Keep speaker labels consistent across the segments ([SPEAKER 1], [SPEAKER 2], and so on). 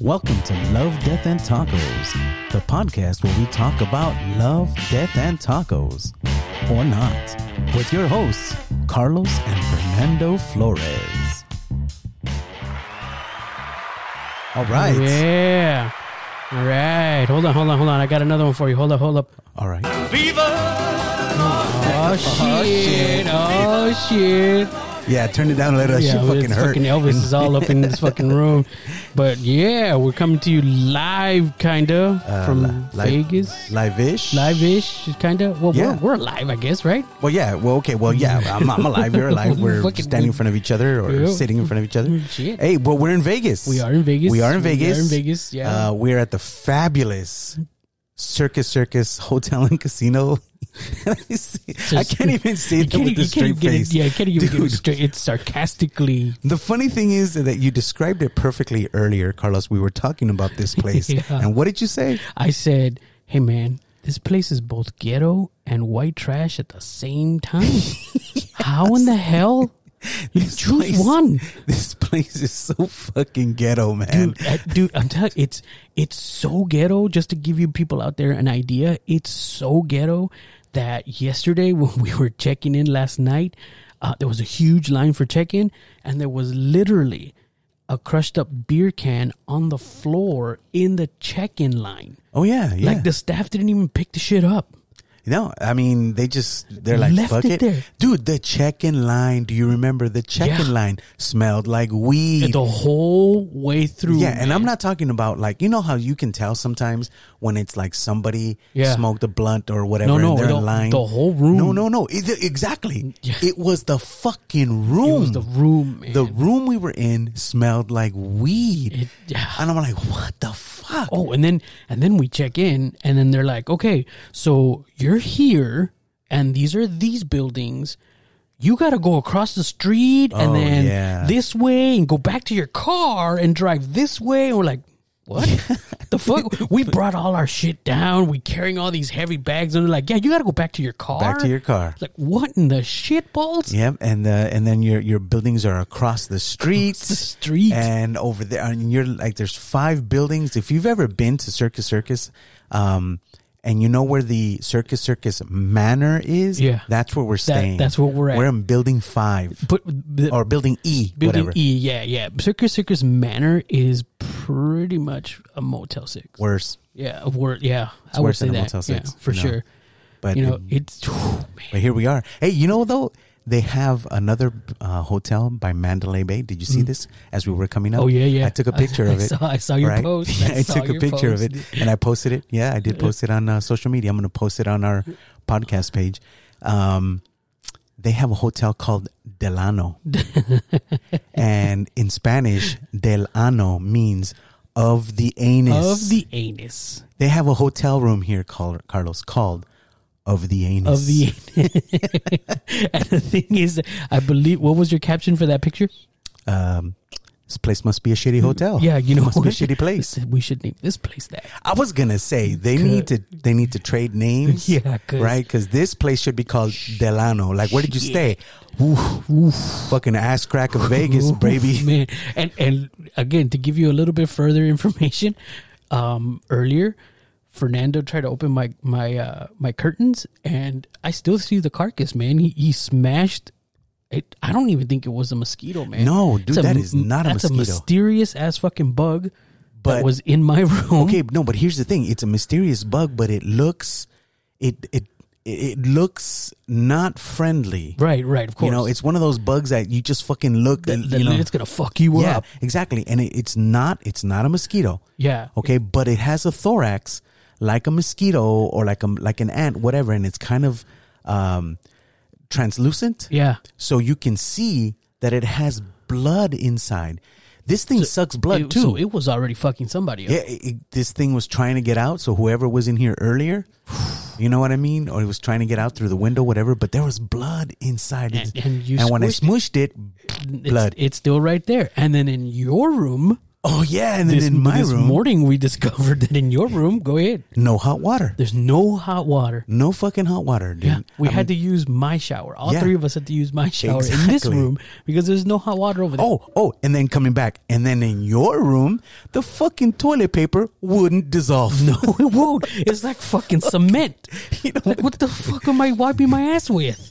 [SPEAKER 1] Welcome to Love, Death, and Tacos, the podcast where we talk about love, death, and tacos, or not, with your hosts, Carlos and Fernando Flores. All right.
[SPEAKER 2] Yeah. All right. Hold on, hold on, hold on. I got another one for you. Hold up, hold up.
[SPEAKER 1] All right.
[SPEAKER 2] Oh, shit. Oh, shit.
[SPEAKER 1] Yeah, turn it down a little.
[SPEAKER 2] Yeah,
[SPEAKER 1] she fucking
[SPEAKER 2] it's
[SPEAKER 1] hurt.
[SPEAKER 2] fucking Elvis is all up in this fucking room. But yeah, we're coming to you live, kind of, from
[SPEAKER 1] Uh, Li-
[SPEAKER 2] Vegas.
[SPEAKER 1] Live-ish?
[SPEAKER 2] Live-ish, kind of. Well,
[SPEAKER 1] Yeah.
[SPEAKER 2] we're, we're live, I guess, right?
[SPEAKER 1] Well, yeah. Well, okay. Well, yeah. I'm, I'm alive. You're alive. We're
[SPEAKER 2] Fucking-
[SPEAKER 1] standing in front of each other or
[SPEAKER 2] Yeah.
[SPEAKER 1] sitting in front of each other.
[SPEAKER 2] Shit.
[SPEAKER 1] Hey, but we're in Vegas.
[SPEAKER 2] We are in Vegas.
[SPEAKER 1] We are in
[SPEAKER 2] We
[SPEAKER 1] Vegas.
[SPEAKER 2] are in Vegas, yeah.
[SPEAKER 1] Uh, we're at the fabulous Circus Circus Hotel and Casino. I see- I can't even say
[SPEAKER 2] You
[SPEAKER 1] it
[SPEAKER 2] can't
[SPEAKER 1] with
[SPEAKER 2] even-
[SPEAKER 1] a
[SPEAKER 2] you can't even
[SPEAKER 1] straight
[SPEAKER 2] get it-
[SPEAKER 1] face.
[SPEAKER 2] Yeah, I can't even get it
[SPEAKER 1] Dude.
[SPEAKER 2] straight. It's sarcastically.
[SPEAKER 1] The funny thing is that you described it perfectly earlier, Carlos. We were talking about this place.
[SPEAKER 2] Yeah.
[SPEAKER 1] And what did you say?
[SPEAKER 2] I said, "Hey, man, this place is both ghetto and white trash at the same time. How in the hell you
[SPEAKER 1] This
[SPEAKER 2] choose
[SPEAKER 1] place-
[SPEAKER 2] one?"
[SPEAKER 1] This place is so fucking ghetto, man.
[SPEAKER 2] Dude, uh, dude, I'm telling it's it's so ghetto. Just to give you people out there an idea, it's so ghetto that yesterday when we were checking in last night, uh, there was a huge line for check-in, and there was literally a crushed up beer can on the floor in the check-in line.
[SPEAKER 1] Oh yeah, yeah.
[SPEAKER 2] Like the staff didn't even pick the shit up.
[SPEAKER 1] No, I mean they just they're like
[SPEAKER 2] Left
[SPEAKER 1] fuck
[SPEAKER 2] it
[SPEAKER 1] it,
[SPEAKER 2] there.
[SPEAKER 1] dude. The check-in line. Do you remember the check-in
[SPEAKER 2] Yeah.
[SPEAKER 1] line smelled like weed?
[SPEAKER 2] the whole way through.
[SPEAKER 1] Yeah, and
[SPEAKER 2] man.
[SPEAKER 1] I'm not talking about like you know how you can tell sometimes when it's like somebody
[SPEAKER 2] Yeah.
[SPEAKER 1] smoked a blunt or whatever
[SPEAKER 2] no,
[SPEAKER 1] and they're
[SPEAKER 2] the-
[SPEAKER 1] in line.
[SPEAKER 2] the whole room.
[SPEAKER 1] No, no, no. It- exactly.
[SPEAKER 2] Yeah.
[SPEAKER 1] It was the fucking room.
[SPEAKER 2] It was the room, man.
[SPEAKER 1] The room we were in smelled like weed.
[SPEAKER 2] It- yeah.
[SPEAKER 1] And I'm like, what the fuck?
[SPEAKER 2] oh, and then and then we check in, and then they're like, "Okay, so you're here, and these are these buildings." You got to go across the street and
[SPEAKER 1] Oh,
[SPEAKER 2] then
[SPEAKER 1] yeah.
[SPEAKER 2] this way and go back to your car and drive this way. And we're like, what the fuck? We brought all our shit down. We carrying all these heavy bags. And they're like, yeah, you got to go back to your car.
[SPEAKER 1] Back to your car.
[SPEAKER 2] Like, what in the shit balls?
[SPEAKER 1] Yep, and uh, and then your your buildings are across the
[SPEAKER 2] The
[SPEAKER 1] streets,
[SPEAKER 2] street.
[SPEAKER 1] and over there, and you're like there's five buildings. If you've ever been to Circus Circus, um, and you know where the Circus Circus Manor is,
[SPEAKER 2] Yeah.
[SPEAKER 1] that's where we're staying.
[SPEAKER 2] that's where we're at.
[SPEAKER 1] We're in building five
[SPEAKER 2] But the,
[SPEAKER 1] or building E,
[SPEAKER 2] Building
[SPEAKER 1] whatever.
[SPEAKER 2] E, yeah, yeah. Circus Circus Manor is pretty much a Motel Six.
[SPEAKER 1] Worse,
[SPEAKER 2] Yeah, a word. Yeah, I would
[SPEAKER 1] worse
[SPEAKER 2] say
[SPEAKER 1] than a
[SPEAKER 2] that.
[SPEAKER 1] Motel Six,
[SPEAKER 2] yeah, for
[SPEAKER 1] you know.
[SPEAKER 2] sure.
[SPEAKER 1] but
[SPEAKER 2] You know, it's man.
[SPEAKER 1] but here we are. Hey, you know though. They have another uh, hotel by Mandalay Bay. Did you see this as we were coming up?
[SPEAKER 2] Mm. Oh yeah, yeah.
[SPEAKER 1] I took a picture
[SPEAKER 2] I
[SPEAKER 1] of it.
[SPEAKER 2] Saw, I saw your
[SPEAKER 1] right?
[SPEAKER 2] post. I,
[SPEAKER 1] I
[SPEAKER 2] saw
[SPEAKER 1] took a
[SPEAKER 2] your
[SPEAKER 1] picture of
[SPEAKER 2] post.
[SPEAKER 1] it and I posted it. Yeah, I did post it on uh, social media. I'm going to post it on our podcast page. Um, they have a hotel called Delano, and in Spanish, Del Ano means of the anus.
[SPEAKER 2] of the anus
[SPEAKER 1] they have a hotel room here, Carl- Carlos, called of the anus.
[SPEAKER 2] of the. and the thing is, I believe. What was your caption for that picture?
[SPEAKER 1] um, this place must be a shitty hotel.
[SPEAKER 2] Yeah, you know,
[SPEAKER 1] Oh, must be a
[SPEAKER 2] what?
[SPEAKER 1] shitty place.
[SPEAKER 2] We should name this place that.
[SPEAKER 1] I was gonna say they need to they need to trade names.
[SPEAKER 2] Yeah, 'cause-
[SPEAKER 1] right. Because this place should be called Delano. Like, where did you stay? Oof, oof, fucking ass crack of Vegas,
[SPEAKER 2] Ooh,
[SPEAKER 1] baby.
[SPEAKER 2] Man, and and again, to give you a little bit further information, um, earlier, Fernando tried to open my my uh, my curtains, and I still see the carcass. Man, he he smashed. It, I don't even think it was a mosquito, man.
[SPEAKER 1] No, dude,
[SPEAKER 2] It's
[SPEAKER 1] that is not a
[SPEAKER 2] that's
[SPEAKER 1] mosquito.
[SPEAKER 2] a mysterious ass fucking bug
[SPEAKER 1] But-
[SPEAKER 2] that was in my room.
[SPEAKER 1] Okay, no, but here's the thing: it's a mysterious bug, but it looks, it it it looks not friendly.
[SPEAKER 2] right, right. Of course,
[SPEAKER 1] You know, it's one of those bugs that you just fucking look.
[SPEAKER 2] The-
[SPEAKER 1] and,
[SPEAKER 2] the-
[SPEAKER 1] you know,
[SPEAKER 2] it's gonna fuck you
[SPEAKER 1] yeah,
[SPEAKER 2] up.
[SPEAKER 1] exactly. And it, it's not it's not a mosquito.
[SPEAKER 2] Yeah.
[SPEAKER 1] Okay, but it has a thorax like a mosquito or like a like an ant, whatever, and it's kind of um, translucent.
[SPEAKER 2] Yeah,
[SPEAKER 1] So you can see that it has blood inside. This thing sucks blood
[SPEAKER 2] It-
[SPEAKER 1] too.
[SPEAKER 2] So it was already fucking somebody. Up.
[SPEAKER 1] yeah, it, it- this thing was trying to get out. So whoever was in here earlier, you know what I mean, or it was trying to get out through the window, whatever. But there was blood inside,
[SPEAKER 2] And- and you
[SPEAKER 1] when I
[SPEAKER 2] squished
[SPEAKER 1] smushed it,
[SPEAKER 2] It's-
[SPEAKER 1] blood.
[SPEAKER 2] It's, still right there. And then in your room,
[SPEAKER 1] Oh yeah, and then
[SPEAKER 2] This,
[SPEAKER 1] in my
[SPEAKER 2] this
[SPEAKER 1] room,
[SPEAKER 2] morning, we discovered that in your room, go ahead,
[SPEAKER 1] no hot water,
[SPEAKER 2] there's no hot water.
[SPEAKER 1] no fucking hot water, dude.
[SPEAKER 2] Yeah, we had to use my shower. All
[SPEAKER 1] Yeah.
[SPEAKER 2] three of us had to use my shower in this
[SPEAKER 1] Exactly.
[SPEAKER 2] room because there's no hot water over there.
[SPEAKER 1] Oh, oh, and then coming back, and then in your room, the fucking toilet paper wouldn't dissolve.
[SPEAKER 2] No, it won't. It's like fucking cement.
[SPEAKER 1] You know
[SPEAKER 2] like, what the fuck am I wiping my ass with?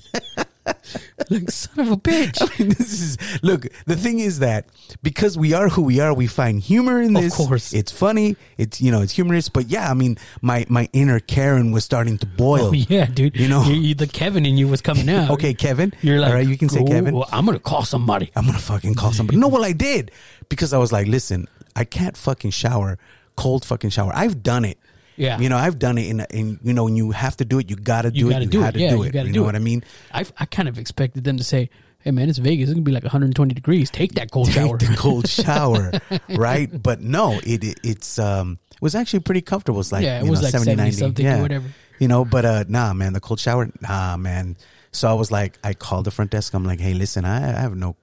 [SPEAKER 2] like, son of a bitch.
[SPEAKER 1] this is look. The thing is that because we are who we are, we find humor in
[SPEAKER 2] Of
[SPEAKER 1] this.
[SPEAKER 2] course.
[SPEAKER 1] it's funny. It's you know, it's humorous. But yeah, I mean, my my inner Karen was starting to boil.
[SPEAKER 2] Oh, yeah, dude.
[SPEAKER 1] You know-
[SPEAKER 2] You- you- the Kevin in you was coming out.
[SPEAKER 1] Okay, Kevin.
[SPEAKER 2] You're like,
[SPEAKER 1] all right, you can say
[SPEAKER 2] "Ooh,
[SPEAKER 1] Kevin.
[SPEAKER 2] well, I'm gonna call somebody.
[SPEAKER 1] I'm gonna fucking call somebody. no, well, I did because I was like, listen, I can't fucking shower, cold fucking shower. I've done it.
[SPEAKER 2] Yeah.
[SPEAKER 1] you know, I've done it, and and you know, when you have to do it, you gotta do
[SPEAKER 2] You
[SPEAKER 1] it.
[SPEAKER 2] gotta
[SPEAKER 1] you
[SPEAKER 2] do
[SPEAKER 1] had
[SPEAKER 2] it.
[SPEAKER 1] to
[SPEAKER 2] Yeah,
[SPEAKER 1] do
[SPEAKER 2] you
[SPEAKER 1] it.
[SPEAKER 2] gotta
[SPEAKER 1] you
[SPEAKER 2] do
[SPEAKER 1] know
[SPEAKER 2] it.
[SPEAKER 1] what I mean?
[SPEAKER 2] I I kind of expected them to say, "Hey, man, it's Vegas. It's gonna be like 120 degrees. Take that cold shower."
[SPEAKER 1] Take the cold shower, right? But no, it, it it's um it was actually pretty comfortable. It's like
[SPEAKER 2] Yeah, it
[SPEAKER 1] you
[SPEAKER 2] was
[SPEAKER 1] know,
[SPEAKER 2] like
[SPEAKER 1] 70, 90,
[SPEAKER 2] 70-something or
[SPEAKER 1] yeah.
[SPEAKER 2] whatever.
[SPEAKER 1] You know, but uh nah, man, the cold shower, nah, man. So I was like, I called the front desk. I'm like, hey, listen, I, I have no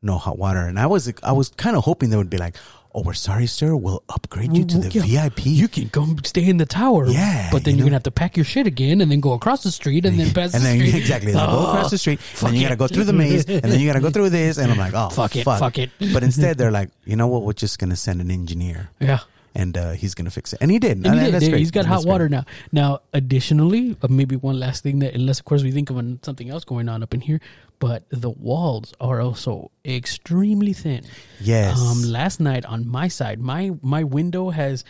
[SPEAKER 1] no hot water, and I was I was kind of hoping they would be like, oh, we're sorry, sir, we'll upgrade you to
[SPEAKER 2] Well,
[SPEAKER 1] the
[SPEAKER 2] yeah,
[SPEAKER 1] VIP.
[SPEAKER 2] You can go stay in the tower.
[SPEAKER 1] Yeah,
[SPEAKER 2] but then
[SPEAKER 1] you
[SPEAKER 2] you are
[SPEAKER 1] know.
[SPEAKER 2] gonna have to pack your shit again, and then go across the street, and then pass
[SPEAKER 1] and
[SPEAKER 2] the
[SPEAKER 1] then
[SPEAKER 2] street.
[SPEAKER 1] exactly, then go
[SPEAKER 2] Oh,
[SPEAKER 1] across the street,
[SPEAKER 2] fuck
[SPEAKER 1] and you
[SPEAKER 2] it.
[SPEAKER 1] gotta go through the maze, and then you gotta go through this, and I'm like, oh,
[SPEAKER 2] Fuck it, fuck it.
[SPEAKER 1] But instead, they're like, you know what? We're just gonna send an engineer.
[SPEAKER 2] yeah.
[SPEAKER 1] and uh, he's gonna fix it. And he did.
[SPEAKER 2] And he
[SPEAKER 1] Uh,
[SPEAKER 2] did.
[SPEAKER 1] that's
[SPEAKER 2] There-
[SPEAKER 1] great.
[SPEAKER 2] He's got
[SPEAKER 1] That's
[SPEAKER 2] hot
[SPEAKER 1] great.
[SPEAKER 2] water now. Now, additionally, uh, maybe one last thing that, unless of course we think of an- something else going on up in here, but the walls are also extremely thin.
[SPEAKER 1] Yes.
[SPEAKER 2] Um, last night on my side, my my window has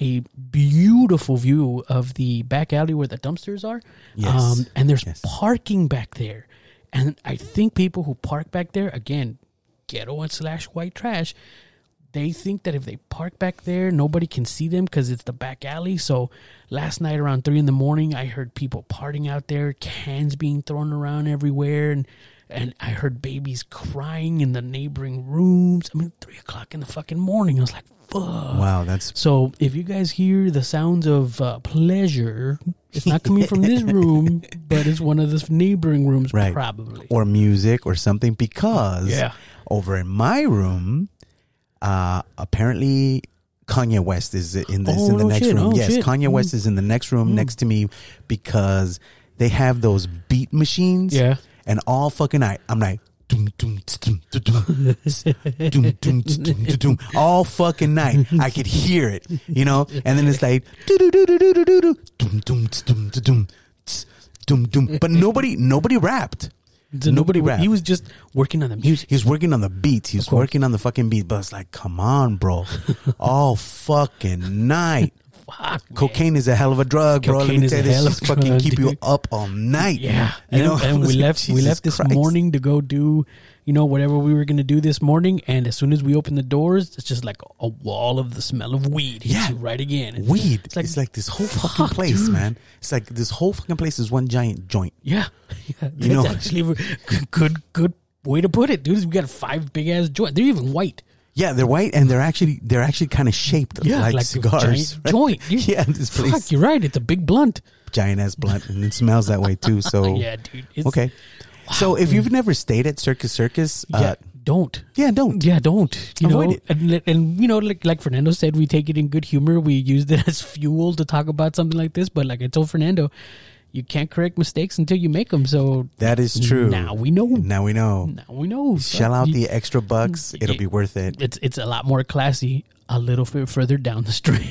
[SPEAKER 2] a beautiful view of the back alley where the dumpsters are.
[SPEAKER 1] Yes.
[SPEAKER 2] Um, and there's
[SPEAKER 1] Yes.
[SPEAKER 2] parking back there, and I think people who park back there again, ghetto and slash white trash. They think that if they park back there, nobody can see them because it's the back alley. So last night around three in the morning, I heard people partying out there, cans being thrown around everywhere, and and I heard babies crying in the neighboring rooms. I mean, three o'clock in the fucking morning. I was like, fuck.
[SPEAKER 1] Wow, that's
[SPEAKER 2] So if you guys hear the sounds of uh, pleasure, it's not coming from this room, but it's one of the neighboring rooms,
[SPEAKER 1] right.
[SPEAKER 2] probably.
[SPEAKER 1] or music or something because
[SPEAKER 2] Yeah.
[SPEAKER 1] over in my room, uh, apparently Kanye West is in the, is
[SPEAKER 2] Oh,
[SPEAKER 1] in the
[SPEAKER 2] no
[SPEAKER 1] next
[SPEAKER 2] shit.
[SPEAKER 1] room.
[SPEAKER 2] Oh,
[SPEAKER 1] yes,
[SPEAKER 2] shit. Mm.
[SPEAKER 1] Kanye West is in the next room next to me because they have those beat machines.
[SPEAKER 2] Yeah.
[SPEAKER 1] and all fucking night I'm like. Doom, doom, tss, doom, doo, doom, tss, doom, doom, tss, doom, doo, doom. All fucking night, I could hear it, you know. And then it's like, doo, doo, doo, doo, doo, doo, doo, doo, doom, doom, tss, doom, doo, doom, tss, doom, doom. But nobody, nobody rapped.
[SPEAKER 2] So nobody,
[SPEAKER 1] Nobody
[SPEAKER 2] he
[SPEAKER 1] rapped.
[SPEAKER 2] was just working on the music.
[SPEAKER 1] He was working on the beats. He was working on the fucking beat. But it's like, come on, bro. All fucking night.
[SPEAKER 2] Fuck, man.
[SPEAKER 1] Cocaine is a hell of a drug, bro. Let
[SPEAKER 2] Cocaine
[SPEAKER 1] me
[SPEAKER 2] is
[SPEAKER 1] tell you
[SPEAKER 2] a
[SPEAKER 1] this.
[SPEAKER 2] hell of
[SPEAKER 1] Just
[SPEAKER 2] a
[SPEAKER 1] fucking
[SPEAKER 2] drug,
[SPEAKER 1] keep you
[SPEAKER 2] dude.
[SPEAKER 1] up all night.
[SPEAKER 2] Yeah,
[SPEAKER 1] You
[SPEAKER 2] and,
[SPEAKER 1] know? I
[SPEAKER 2] and we
[SPEAKER 1] was like,
[SPEAKER 2] left. we
[SPEAKER 1] Jesus
[SPEAKER 2] left this
[SPEAKER 1] Christ.
[SPEAKER 2] morning to go do, you know, whatever we were gonna do this morning. And as soon as we opened the doors, it's just like a wall of the smell of weed. hits
[SPEAKER 1] Yeah.
[SPEAKER 2] you right again. It's-
[SPEAKER 1] Weed. It's
[SPEAKER 2] It's like-
[SPEAKER 1] like, this whole fucking place, man. It's like this whole fucking place is one giant joint.
[SPEAKER 2] Yeah, yeah. That's
[SPEAKER 1] know-
[SPEAKER 2] actually a good, good way to put it, dude. We got five big ass joints. They're even white.
[SPEAKER 1] Yeah, they're white and they're actually they're actually kind of shaped like,
[SPEAKER 2] a
[SPEAKER 1] cigars.
[SPEAKER 2] giant
[SPEAKER 1] right?
[SPEAKER 2] joint. You-
[SPEAKER 1] Yeah, this place
[SPEAKER 2] Fuck, you're right. It's a big blunt.
[SPEAKER 1] giant ass blunt and it smells that way too. So
[SPEAKER 2] Yeah, dude. It's,
[SPEAKER 1] okay. So if you've never stayed at Circus Circus,
[SPEAKER 2] Yeah,
[SPEAKER 1] uh,
[SPEAKER 2] don't.
[SPEAKER 1] yeah, don't.
[SPEAKER 2] Yeah, don't. You
[SPEAKER 1] Avoid
[SPEAKER 2] know,
[SPEAKER 1] it.
[SPEAKER 2] and, let- and you know, like like Fernando said, we take it in good humor. We use it as fuel to talk about something like this. But like I told Fernando, you can't correct mistakes until you make them. So
[SPEAKER 1] That is true.
[SPEAKER 2] Now we know.
[SPEAKER 1] Now we know.
[SPEAKER 2] now we know.
[SPEAKER 1] Shell out
[SPEAKER 2] You-
[SPEAKER 1] the extra bucks. It'll be worth it.
[SPEAKER 2] It's it's a lot more classy a little bit further down the street.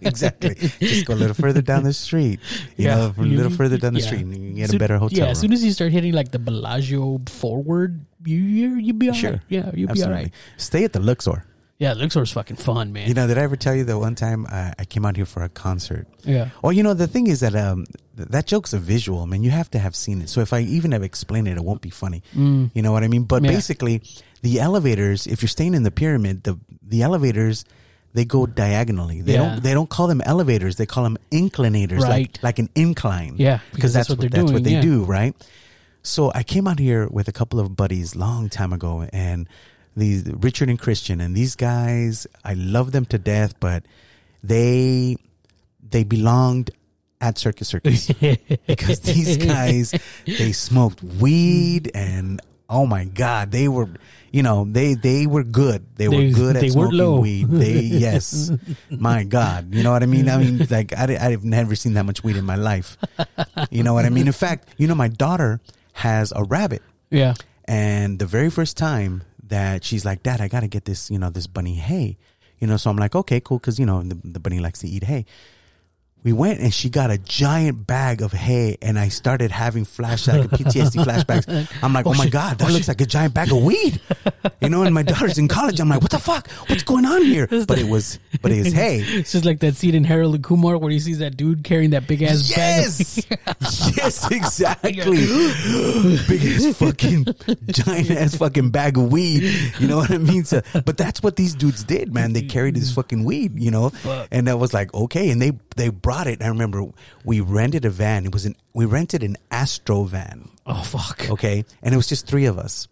[SPEAKER 1] exactly. Just go a little further down the street. You
[SPEAKER 2] Yeah.
[SPEAKER 1] know, a little
[SPEAKER 2] You-
[SPEAKER 1] further down the
[SPEAKER 2] yeah.
[SPEAKER 1] street and you can get a
[SPEAKER 2] Soon-
[SPEAKER 1] better hotel
[SPEAKER 2] Yeah,
[SPEAKER 1] room.
[SPEAKER 2] as soon as you start hitting like the Bellagio forward, you you you be all right.
[SPEAKER 1] sure.
[SPEAKER 2] Yeah, you'll be all
[SPEAKER 1] Absolutely.
[SPEAKER 2] right.
[SPEAKER 1] Stay at the Luxor.
[SPEAKER 2] Yeah, Luxor's fucking fun, man.
[SPEAKER 1] You know, did I ever tell you that one time I, I came out here for a concert?
[SPEAKER 2] Yeah.
[SPEAKER 1] Well, you know, the thing is that um, th- that joke's a visual, man. You have to have seen it. So if I even have explained it, it won't be funny. You know what I mean? But
[SPEAKER 2] Mm. Yeah.
[SPEAKER 1] basically, the elevators, if you're staying in the pyramid, the the elevators they go diagonally. They
[SPEAKER 2] Yeah.
[SPEAKER 1] don't they don't call them elevators. They call them inclinators,
[SPEAKER 2] Right.
[SPEAKER 1] like like an incline.
[SPEAKER 2] Yeah,
[SPEAKER 1] because that's, what,
[SPEAKER 2] they're
[SPEAKER 1] that's what
[SPEAKER 2] doing,
[SPEAKER 1] they
[SPEAKER 2] yeah.
[SPEAKER 1] do, right? So I came out here with a couple of buddies long time ago, and these Richard and Christian, and these guys, I love them to death, but they they belonged at Circus Circus because these guys they smoked weed and oh my god, they were, you know, they they were good. They,
[SPEAKER 2] They-
[SPEAKER 1] were good at
[SPEAKER 2] they weren't
[SPEAKER 1] smoking
[SPEAKER 2] low.
[SPEAKER 1] weed. They yes, my god, you know what I mean? I mean, like I I've never seen that much weed in my life. You know what I mean? In fact, you know, my daughter has a rabbit.
[SPEAKER 2] Yeah.
[SPEAKER 1] And the very first time that she's like, Dad, I got to get this, you know, this bunny hay. You know, so I'm like, okay, cool. Cause, you know, the, the bunny likes to eat hay. We went and she got a giant bag of hay, and I started having flash like PTSD flashbacks. I'm like, oh, my god, that looks like a giant bag of weed, you know. And my daughter's in college. I'm like, what the fuck? What's going on here? But it was, but it was hay.
[SPEAKER 2] It's just like that scene in Harold and Kumar where he sees that dude carrying that big ass bag. of-
[SPEAKER 1] Yes, yes, exactly. Biggest fucking giant ass fucking bag of weed. You know what I mean? So, but that's what these dudes did, man. They carried this fucking weed, you know. And I was like, okay. And they they brought it. I remember we rented a van. It was an we rented an Astro van.
[SPEAKER 2] Oh fuck.
[SPEAKER 1] Okay. And it was just three of us.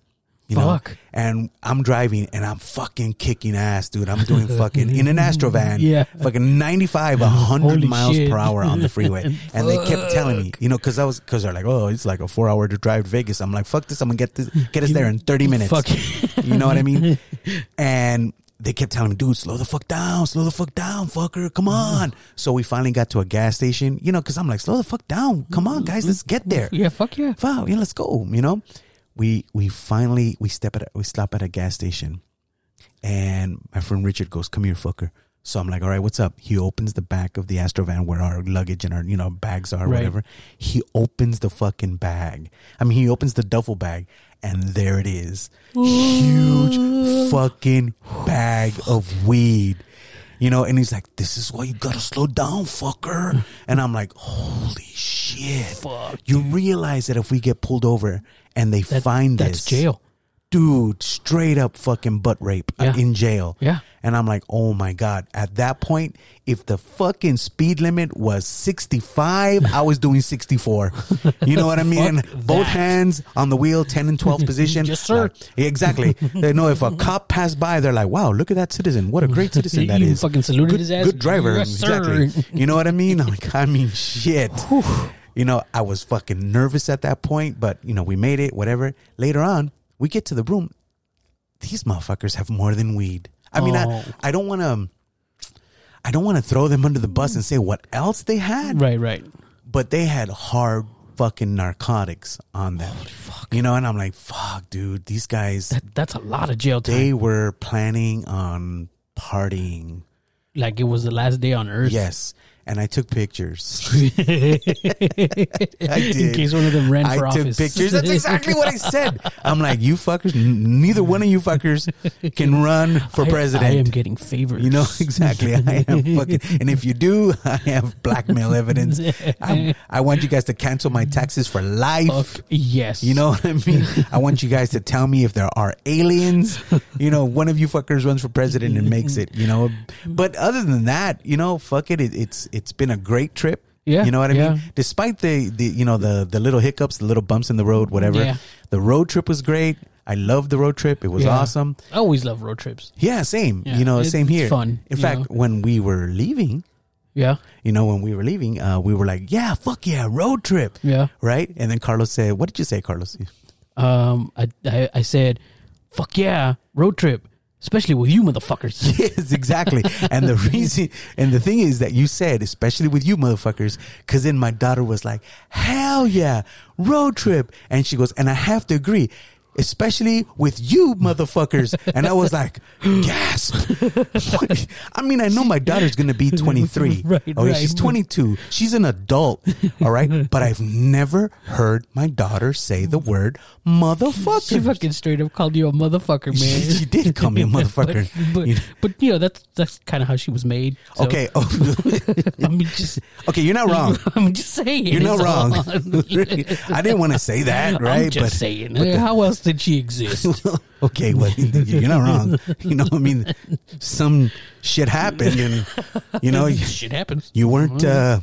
[SPEAKER 1] You
[SPEAKER 2] Fuck.
[SPEAKER 1] know, and I'm driving and I'm fucking kicking ass, dude. I'm doing fucking in an Astrovan,
[SPEAKER 2] Yeah.
[SPEAKER 1] fucking 95, 100
[SPEAKER 2] Holy
[SPEAKER 1] miles
[SPEAKER 2] shit.
[SPEAKER 1] per hour on the freeway. and they kept telling me, you know, cause I was, cause they're like, oh, it's like a four hour drive to Vegas. I'm like, fuck this. I'm gonna get this, get us there in 30 minutes.
[SPEAKER 2] Fuck.
[SPEAKER 1] You know what I mean? And they kept telling me, dude, slow the fuck down, slow the fuck down, fucker, come
[SPEAKER 2] Mm.
[SPEAKER 1] on. So we finally got to a gas station, you know, cause I'm like, slow the fuck down, come on, guys, let's get there
[SPEAKER 2] Yeah, fuck yeah.
[SPEAKER 1] wow, yeah, let's go. You know, we we finally we step at a, we stop at a gas station, and my friend Richard goes, "Come here, fucker." So I'm like, "All right, what's up?" He opens the back of the Astrovan where our luggage and our you know bags are,
[SPEAKER 2] Right.
[SPEAKER 1] whatever. He opens the fucking bag. I mean, he opens the duffel bag, and there it is, huge fucking bag of weed. You know, and he's like, "This is why you gotta slow down, fucker." And I'm like, "Holy shit!"
[SPEAKER 2] Fuck,
[SPEAKER 1] you realize that if we get pulled over and they find this,
[SPEAKER 2] That's jail.
[SPEAKER 1] dude, straight up fucking butt rape uh,
[SPEAKER 2] Yeah.
[SPEAKER 1] in jail.
[SPEAKER 2] Yeah.
[SPEAKER 1] And I'm like, oh my god! At that point, if the fucking speed limit was 65, I was doing 64. You know what I mean?
[SPEAKER 2] Fuck
[SPEAKER 1] Both
[SPEAKER 2] that.
[SPEAKER 1] hands on the wheel, 10 and 12 position.
[SPEAKER 2] Yes, sir.
[SPEAKER 1] Like, yeah, exactly. they know if a cop passed by, they're like, "Wow, look at that citizen! What a great citizen that
[SPEAKER 2] He
[SPEAKER 1] is!"
[SPEAKER 2] fucking saluted
[SPEAKER 1] good,
[SPEAKER 2] his ass.
[SPEAKER 1] Good driver,
[SPEAKER 2] Yes, sir.
[SPEAKER 1] exactly. You know what I mean? Like, I mean, shit. You know, I was fucking nervous at that point, but you know, we made it. Whatever. Later on, we get to the room. These motherfuckers have more than weed. I mean,
[SPEAKER 2] Oh.
[SPEAKER 1] I, I don't want to. I don't want to throw them under the bus and say what else they had,
[SPEAKER 2] Right, right.
[SPEAKER 1] but they had hard fucking narcotics on them. You know, and I'm like, fuck, dude, these guys,
[SPEAKER 2] That, that's a lot of jail time.
[SPEAKER 1] they were planning on partying.
[SPEAKER 2] like it was the last day on earth.
[SPEAKER 1] Yes. And I took pictures. I did.
[SPEAKER 2] In case one of them ran
[SPEAKER 1] I
[SPEAKER 2] for
[SPEAKER 1] took
[SPEAKER 2] office.
[SPEAKER 1] pictures. That's exactly what I said. I'm like, you fuckers, n- neither one of you fuckers can run for
[SPEAKER 2] I-
[SPEAKER 1] president.
[SPEAKER 2] I am getting favors.
[SPEAKER 1] You know exactly. I am fucking, and if you do, I have blackmail evidence. i I want you guys to cancel my taxes for life.
[SPEAKER 2] Fuck yes.
[SPEAKER 1] You know what I mean? I want you guys to tell me if there are aliens. You know, one of you fuckers runs for president and makes it. You know, but other than that, you know, fuck it. it it's it's been a great trip.
[SPEAKER 2] Yeah,
[SPEAKER 1] you know what I
[SPEAKER 2] yeah.
[SPEAKER 1] mean. Despite the, the you know the the little hiccups, the little bumps in the road, whatever.
[SPEAKER 2] Yeah.
[SPEAKER 1] The road trip was great. I loved the road trip. It was
[SPEAKER 2] Yeah.
[SPEAKER 1] awesome.
[SPEAKER 2] I always love road trips.
[SPEAKER 1] Yeah, same.
[SPEAKER 2] Yeah,
[SPEAKER 1] You know,
[SPEAKER 2] it's-
[SPEAKER 1] same
[SPEAKER 2] it's
[SPEAKER 1] here.
[SPEAKER 2] fun,
[SPEAKER 1] In
[SPEAKER 2] you
[SPEAKER 1] fact,
[SPEAKER 2] know.
[SPEAKER 1] when we were leaving,
[SPEAKER 2] Yeah.
[SPEAKER 1] you know, when we were leaving, uh, we were like, "Yeah, fuck yeah, road trip."
[SPEAKER 2] Yeah.
[SPEAKER 1] Right, and then Carlos said, "What did you say, Carlos?"
[SPEAKER 2] Um I I, I said, "Fuck yeah, road trip, especially with you motherfuckers."
[SPEAKER 1] Yes, exactly. and the reason, and the thing is that you said, especially with you motherfuckers, because then my daughter was like, hell yeah, road trip. And she goes, and I have to agree, especially with you motherfuckers. and I was like, gasp. What? I mean, I know my daughter's going to be 23.
[SPEAKER 2] Right,
[SPEAKER 1] okay,
[SPEAKER 2] right.
[SPEAKER 1] She's 22. She's an adult. All right. but I've never heard my daughter say the word motherfucker.
[SPEAKER 2] She fucking straight up called you a motherfucker,
[SPEAKER 1] She,
[SPEAKER 2] man.
[SPEAKER 1] she did call me a motherfucker.
[SPEAKER 2] But, but,
[SPEAKER 1] You-
[SPEAKER 2] but, you know that's that's kind of how she was made. So,
[SPEAKER 1] okay. Oh,
[SPEAKER 2] I mean just
[SPEAKER 1] Okay, you're not wrong.
[SPEAKER 2] I'm just saying.
[SPEAKER 1] You're not
[SPEAKER 2] it's
[SPEAKER 1] wrong.
[SPEAKER 2] all.
[SPEAKER 1] I didn't want to say that, right?
[SPEAKER 2] I'm just saying. how else did she exist?
[SPEAKER 1] okay, well, you're not wrong. You know, I mean, some shit happened, and you know, you,
[SPEAKER 2] Shit happens.
[SPEAKER 1] you weren't, uh,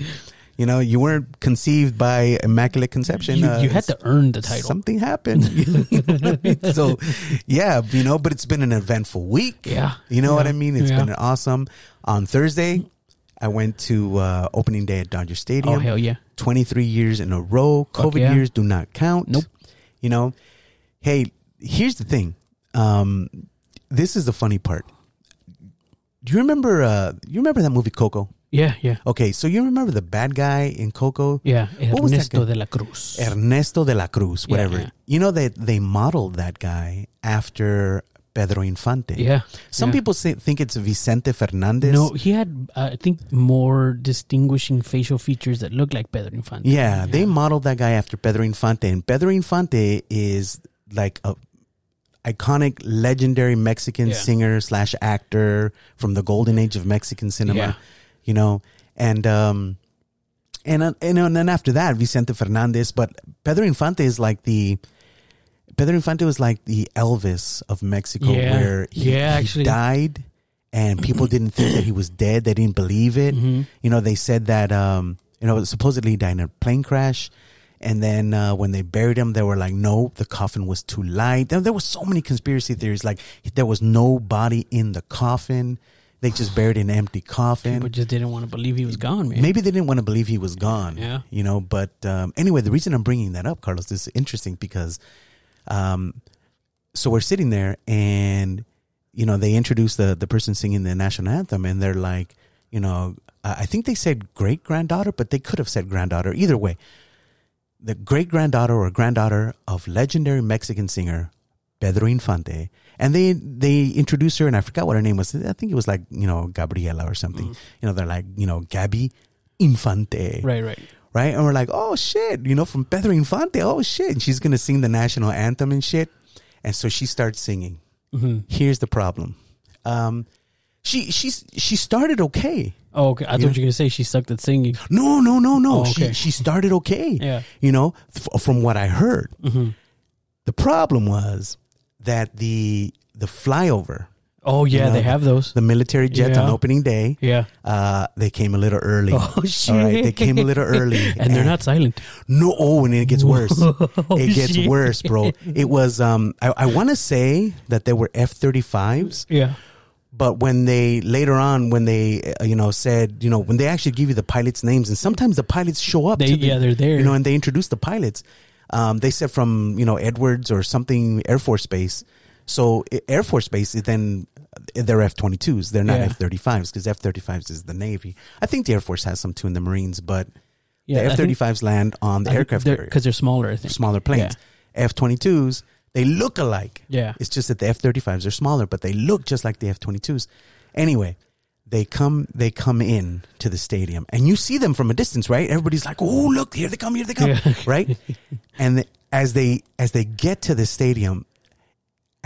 [SPEAKER 1] you know, you weren't conceived by immaculate conception.
[SPEAKER 2] You,
[SPEAKER 1] uh,
[SPEAKER 2] you had to earn the title.
[SPEAKER 1] Something happened. You know what I mean? So, yeah, you know, but it's been an eventful week.
[SPEAKER 2] Yeah.
[SPEAKER 1] You know what I mean? It's
[SPEAKER 2] Yeah.
[SPEAKER 1] been awesome. On Thursday, I went to uh, opening day at Dodger Stadium.
[SPEAKER 2] Oh hell yeah!
[SPEAKER 1] 23 years in a row. COVID
[SPEAKER 2] yeah.
[SPEAKER 1] years do not count.
[SPEAKER 2] Nope.
[SPEAKER 1] You know, hey, here's the thing. Um, this is the funny part. Do you remember? Uh, you remember that movie Coco?
[SPEAKER 2] Yeah, yeah.
[SPEAKER 1] Okay, so you remember the bad guy in Coco?
[SPEAKER 2] Yeah,
[SPEAKER 1] What was that
[SPEAKER 2] Ernesto
[SPEAKER 1] guy?
[SPEAKER 2] de la Cruz.
[SPEAKER 1] Ernesto de la Cruz, whatever.
[SPEAKER 2] yeah.
[SPEAKER 1] You know that they, modeled that guy after Pedro Infante.
[SPEAKER 2] yeah.
[SPEAKER 1] Some
[SPEAKER 2] yeah.
[SPEAKER 1] people say, think it's Vicente Fernandez.
[SPEAKER 2] No, he had, uh, I think, more distinguishing facial features that look like Pedro Infante.
[SPEAKER 1] Yeah, they modeled that guy after Pedro Infante, and Pedro Infante is like a iconic, legendary Mexican
[SPEAKER 2] Yeah.
[SPEAKER 1] singer slash actor from the golden age of Mexican cinema.
[SPEAKER 2] Yeah.
[SPEAKER 1] You know, and um, and uh, and and then after that, Vicente Fernandez. But Pedro Infante is like the Pedro Infante was like the Elvis of Mexico,
[SPEAKER 2] Yeah.
[SPEAKER 1] where he,
[SPEAKER 2] Yeah,
[SPEAKER 1] he
[SPEAKER 2] actually.
[SPEAKER 1] died. And people didn't think that he was dead. They didn't believe it
[SPEAKER 2] Mm-hmm.
[SPEAKER 1] you know they said that um you know supposedly he died in a plane crash and then uh, when they buried him they were like no the coffin was too light there, there was so many conspiracy theories like there was no body in the coffin they just buried an empty
[SPEAKER 2] People
[SPEAKER 1] coffin
[SPEAKER 2] just didn't want to believe he was gone, man.
[SPEAKER 1] maybe they didn't want to believe he was gone
[SPEAKER 2] Yeah.
[SPEAKER 1] you know but um, anyway the reason i'm bringing that up carlos is interesting because um so we're sitting there and you know they introduce the the person singing the national anthem and they're like you know i I think they said great granddaughter but they could have said granddaughter either way the great granddaughter or granddaughter of legendary mexican singer pedro infante and they they introduce her and i forgot what her name was i think it was like you know gabriela or something you know they're like you know gabby infante
[SPEAKER 2] Right, right.
[SPEAKER 1] right? And we're like, oh shit, you know, from Pedro Infante, oh shit. And she's gonna sing the national anthem and shit. And so she starts singing.
[SPEAKER 2] Mm-hmm.
[SPEAKER 1] Here's the problem. Um, she she's she started okay.
[SPEAKER 2] Oh, okay. I thought you were going to say she sucked at singing.
[SPEAKER 1] No, no, no, no.
[SPEAKER 2] Oh, okay.
[SPEAKER 1] She she started okay.
[SPEAKER 2] Yeah. Mm-hmm.
[SPEAKER 1] You know, f- from what I heard. The problem was that the the flyover,
[SPEAKER 2] Oh, yeah,
[SPEAKER 1] know,
[SPEAKER 2] they have those.
[SPEAKER 1] the military jets on
[SPEAKER 2] Yeah.
[SPEAKER 1] opening day,
[SPEAKER 2] yeah.
[SPEAKER 1] uh, they came a little early.
[SPEAKER 2] Oh, shit.
[SPEAKER 1] All right, they came a little early,
[SPEAKER 2] And they're not silent.
[SPEAKER 1] No, oh, and it gets worse. it gets
[SPEAKER 2] shit.
[SPEAKER 1] worse, bro. It was. Um, I, I want to say that there were F thirty fives,
[SPEAKER 2] Yeah.
[SPEAKER 1] but when they later on, when they uh, you know said you know when they actually give you the pilots' names, and sometimes the pilots show up.
[SPEAKER 2] They-
[SPEAKER 1] to the-
[SPEAKER 2] yeah, they're there.
[SPEAKER 1] You know, and they introduce the pilots. Um, they said from you know Edwards or something Air Force Base. So I- Air Force Base is then uh, they're F twenty twos. They're not
[SPEAKER 2] Yeah.
[SPEAKER 1] F thirty fives because F thirty fives is the Navy. I think the Air Force has some too in the Marines, but
[SPEAKER 2] Yeah.
[SPEAKER 1] the F thirty fives land on the aircraft carrier
[SPEAKER 2] Because they're smaller, I think.
[SPEAKER 1] smaller planes. F 22s, they look alike.
[SPEAKER 2] Yeah.
[SPEAKER 1] It's just that the F 35s are smaller, but they look just like the F 22s. Anyway, they come they come in to the stadium and you see them from a distance, right? Everybody's like, "Oh, look, here they come, here they come."
[SPEAKER 2] Yeah.
[SPEAKER 1] Right? and as they as they get to the stadium,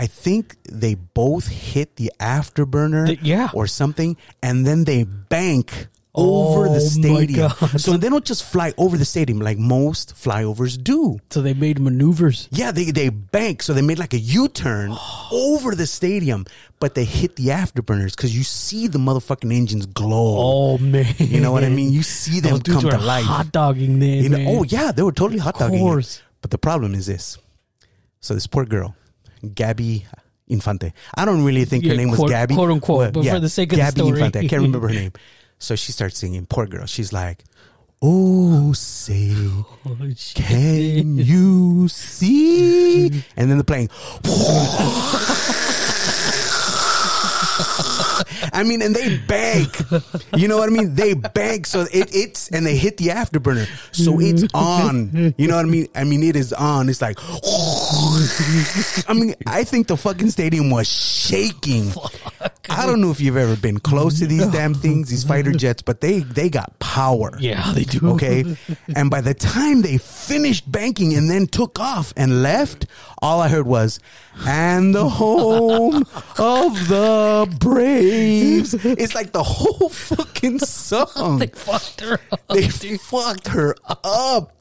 [SPEAKER 1] I think they both hit the afterburner
[SPEAKER 2] The- yeah.
[SPEAKER 1] or something, and then they bank over
[SPEAKER 2] Oh, my
[SPEAKER 1] the stadium.
[SPEAKER 2] God.
[SPEAKER 1] So they don't just fly over the stadium like most flyovers do.
[SPEAKER 2] So they made maneuvers.
[SPEAKER 1] Yeah, they, they bank, so they made like a U turn over the stadium, but they hit the afterburners because you see the motherfucking engines glow.
[SPEAKER 2] Oh, man.
[SPEAKER 1] You know what I mean? You see them
[SPEAKER 2] Those dudes
[SPEAKER 1] come
[SPEAKER 2] were
[SPEAKER 1] to life.
[SPEAKER 2] hot dogging then.
[SPEAKER 1] You know-
[SPEAKER 2] man.
[SPEAKER 1] oh yeah, they were totally hot dogging.
[SPEAKER 2] course.
[SPEAKER 1] it. But the problem is this: so this poor girl, Gabby Infante. I don't really think
[SPEAKER 2] Yeah,
[SPEAKER 1] her name
[SPEAKER 2] quote-
[SPEAKER 1] was Gabby,
[SPEAKER 2] quote, unquote, but for the sake of the
[SPEAKER 1] Gabby
[SPEAKER 2] story.
[SPEAKER 1] Infante. I can't remember her name. So she starts singing. Poor girl. She's like, "Oh, say,
[SPEAKER 2] Oh, shit.
[SPEAKER 1] can you see?" And then the plane. I mean, and they bank. You know what I mean? They bank. So it, it's, and they hit the afterburner. So it's on. You know what I mean? I mean, it is on. It's like, I mean, I think the fucking stadium was shaking. I don't know if you've ever been close to these damn things, these fighter jets, but they, they got power.
[SPEAKER 2] Yeah, they do.
[SPEAKER 1] Okay. And by the time they finished banking and then took off and left, all I heard was, and the home of the Braves. It's like the whole fucking song.
[SPEAKER 2] They fucked her up.
[SPEAKER 1] They fucked her up.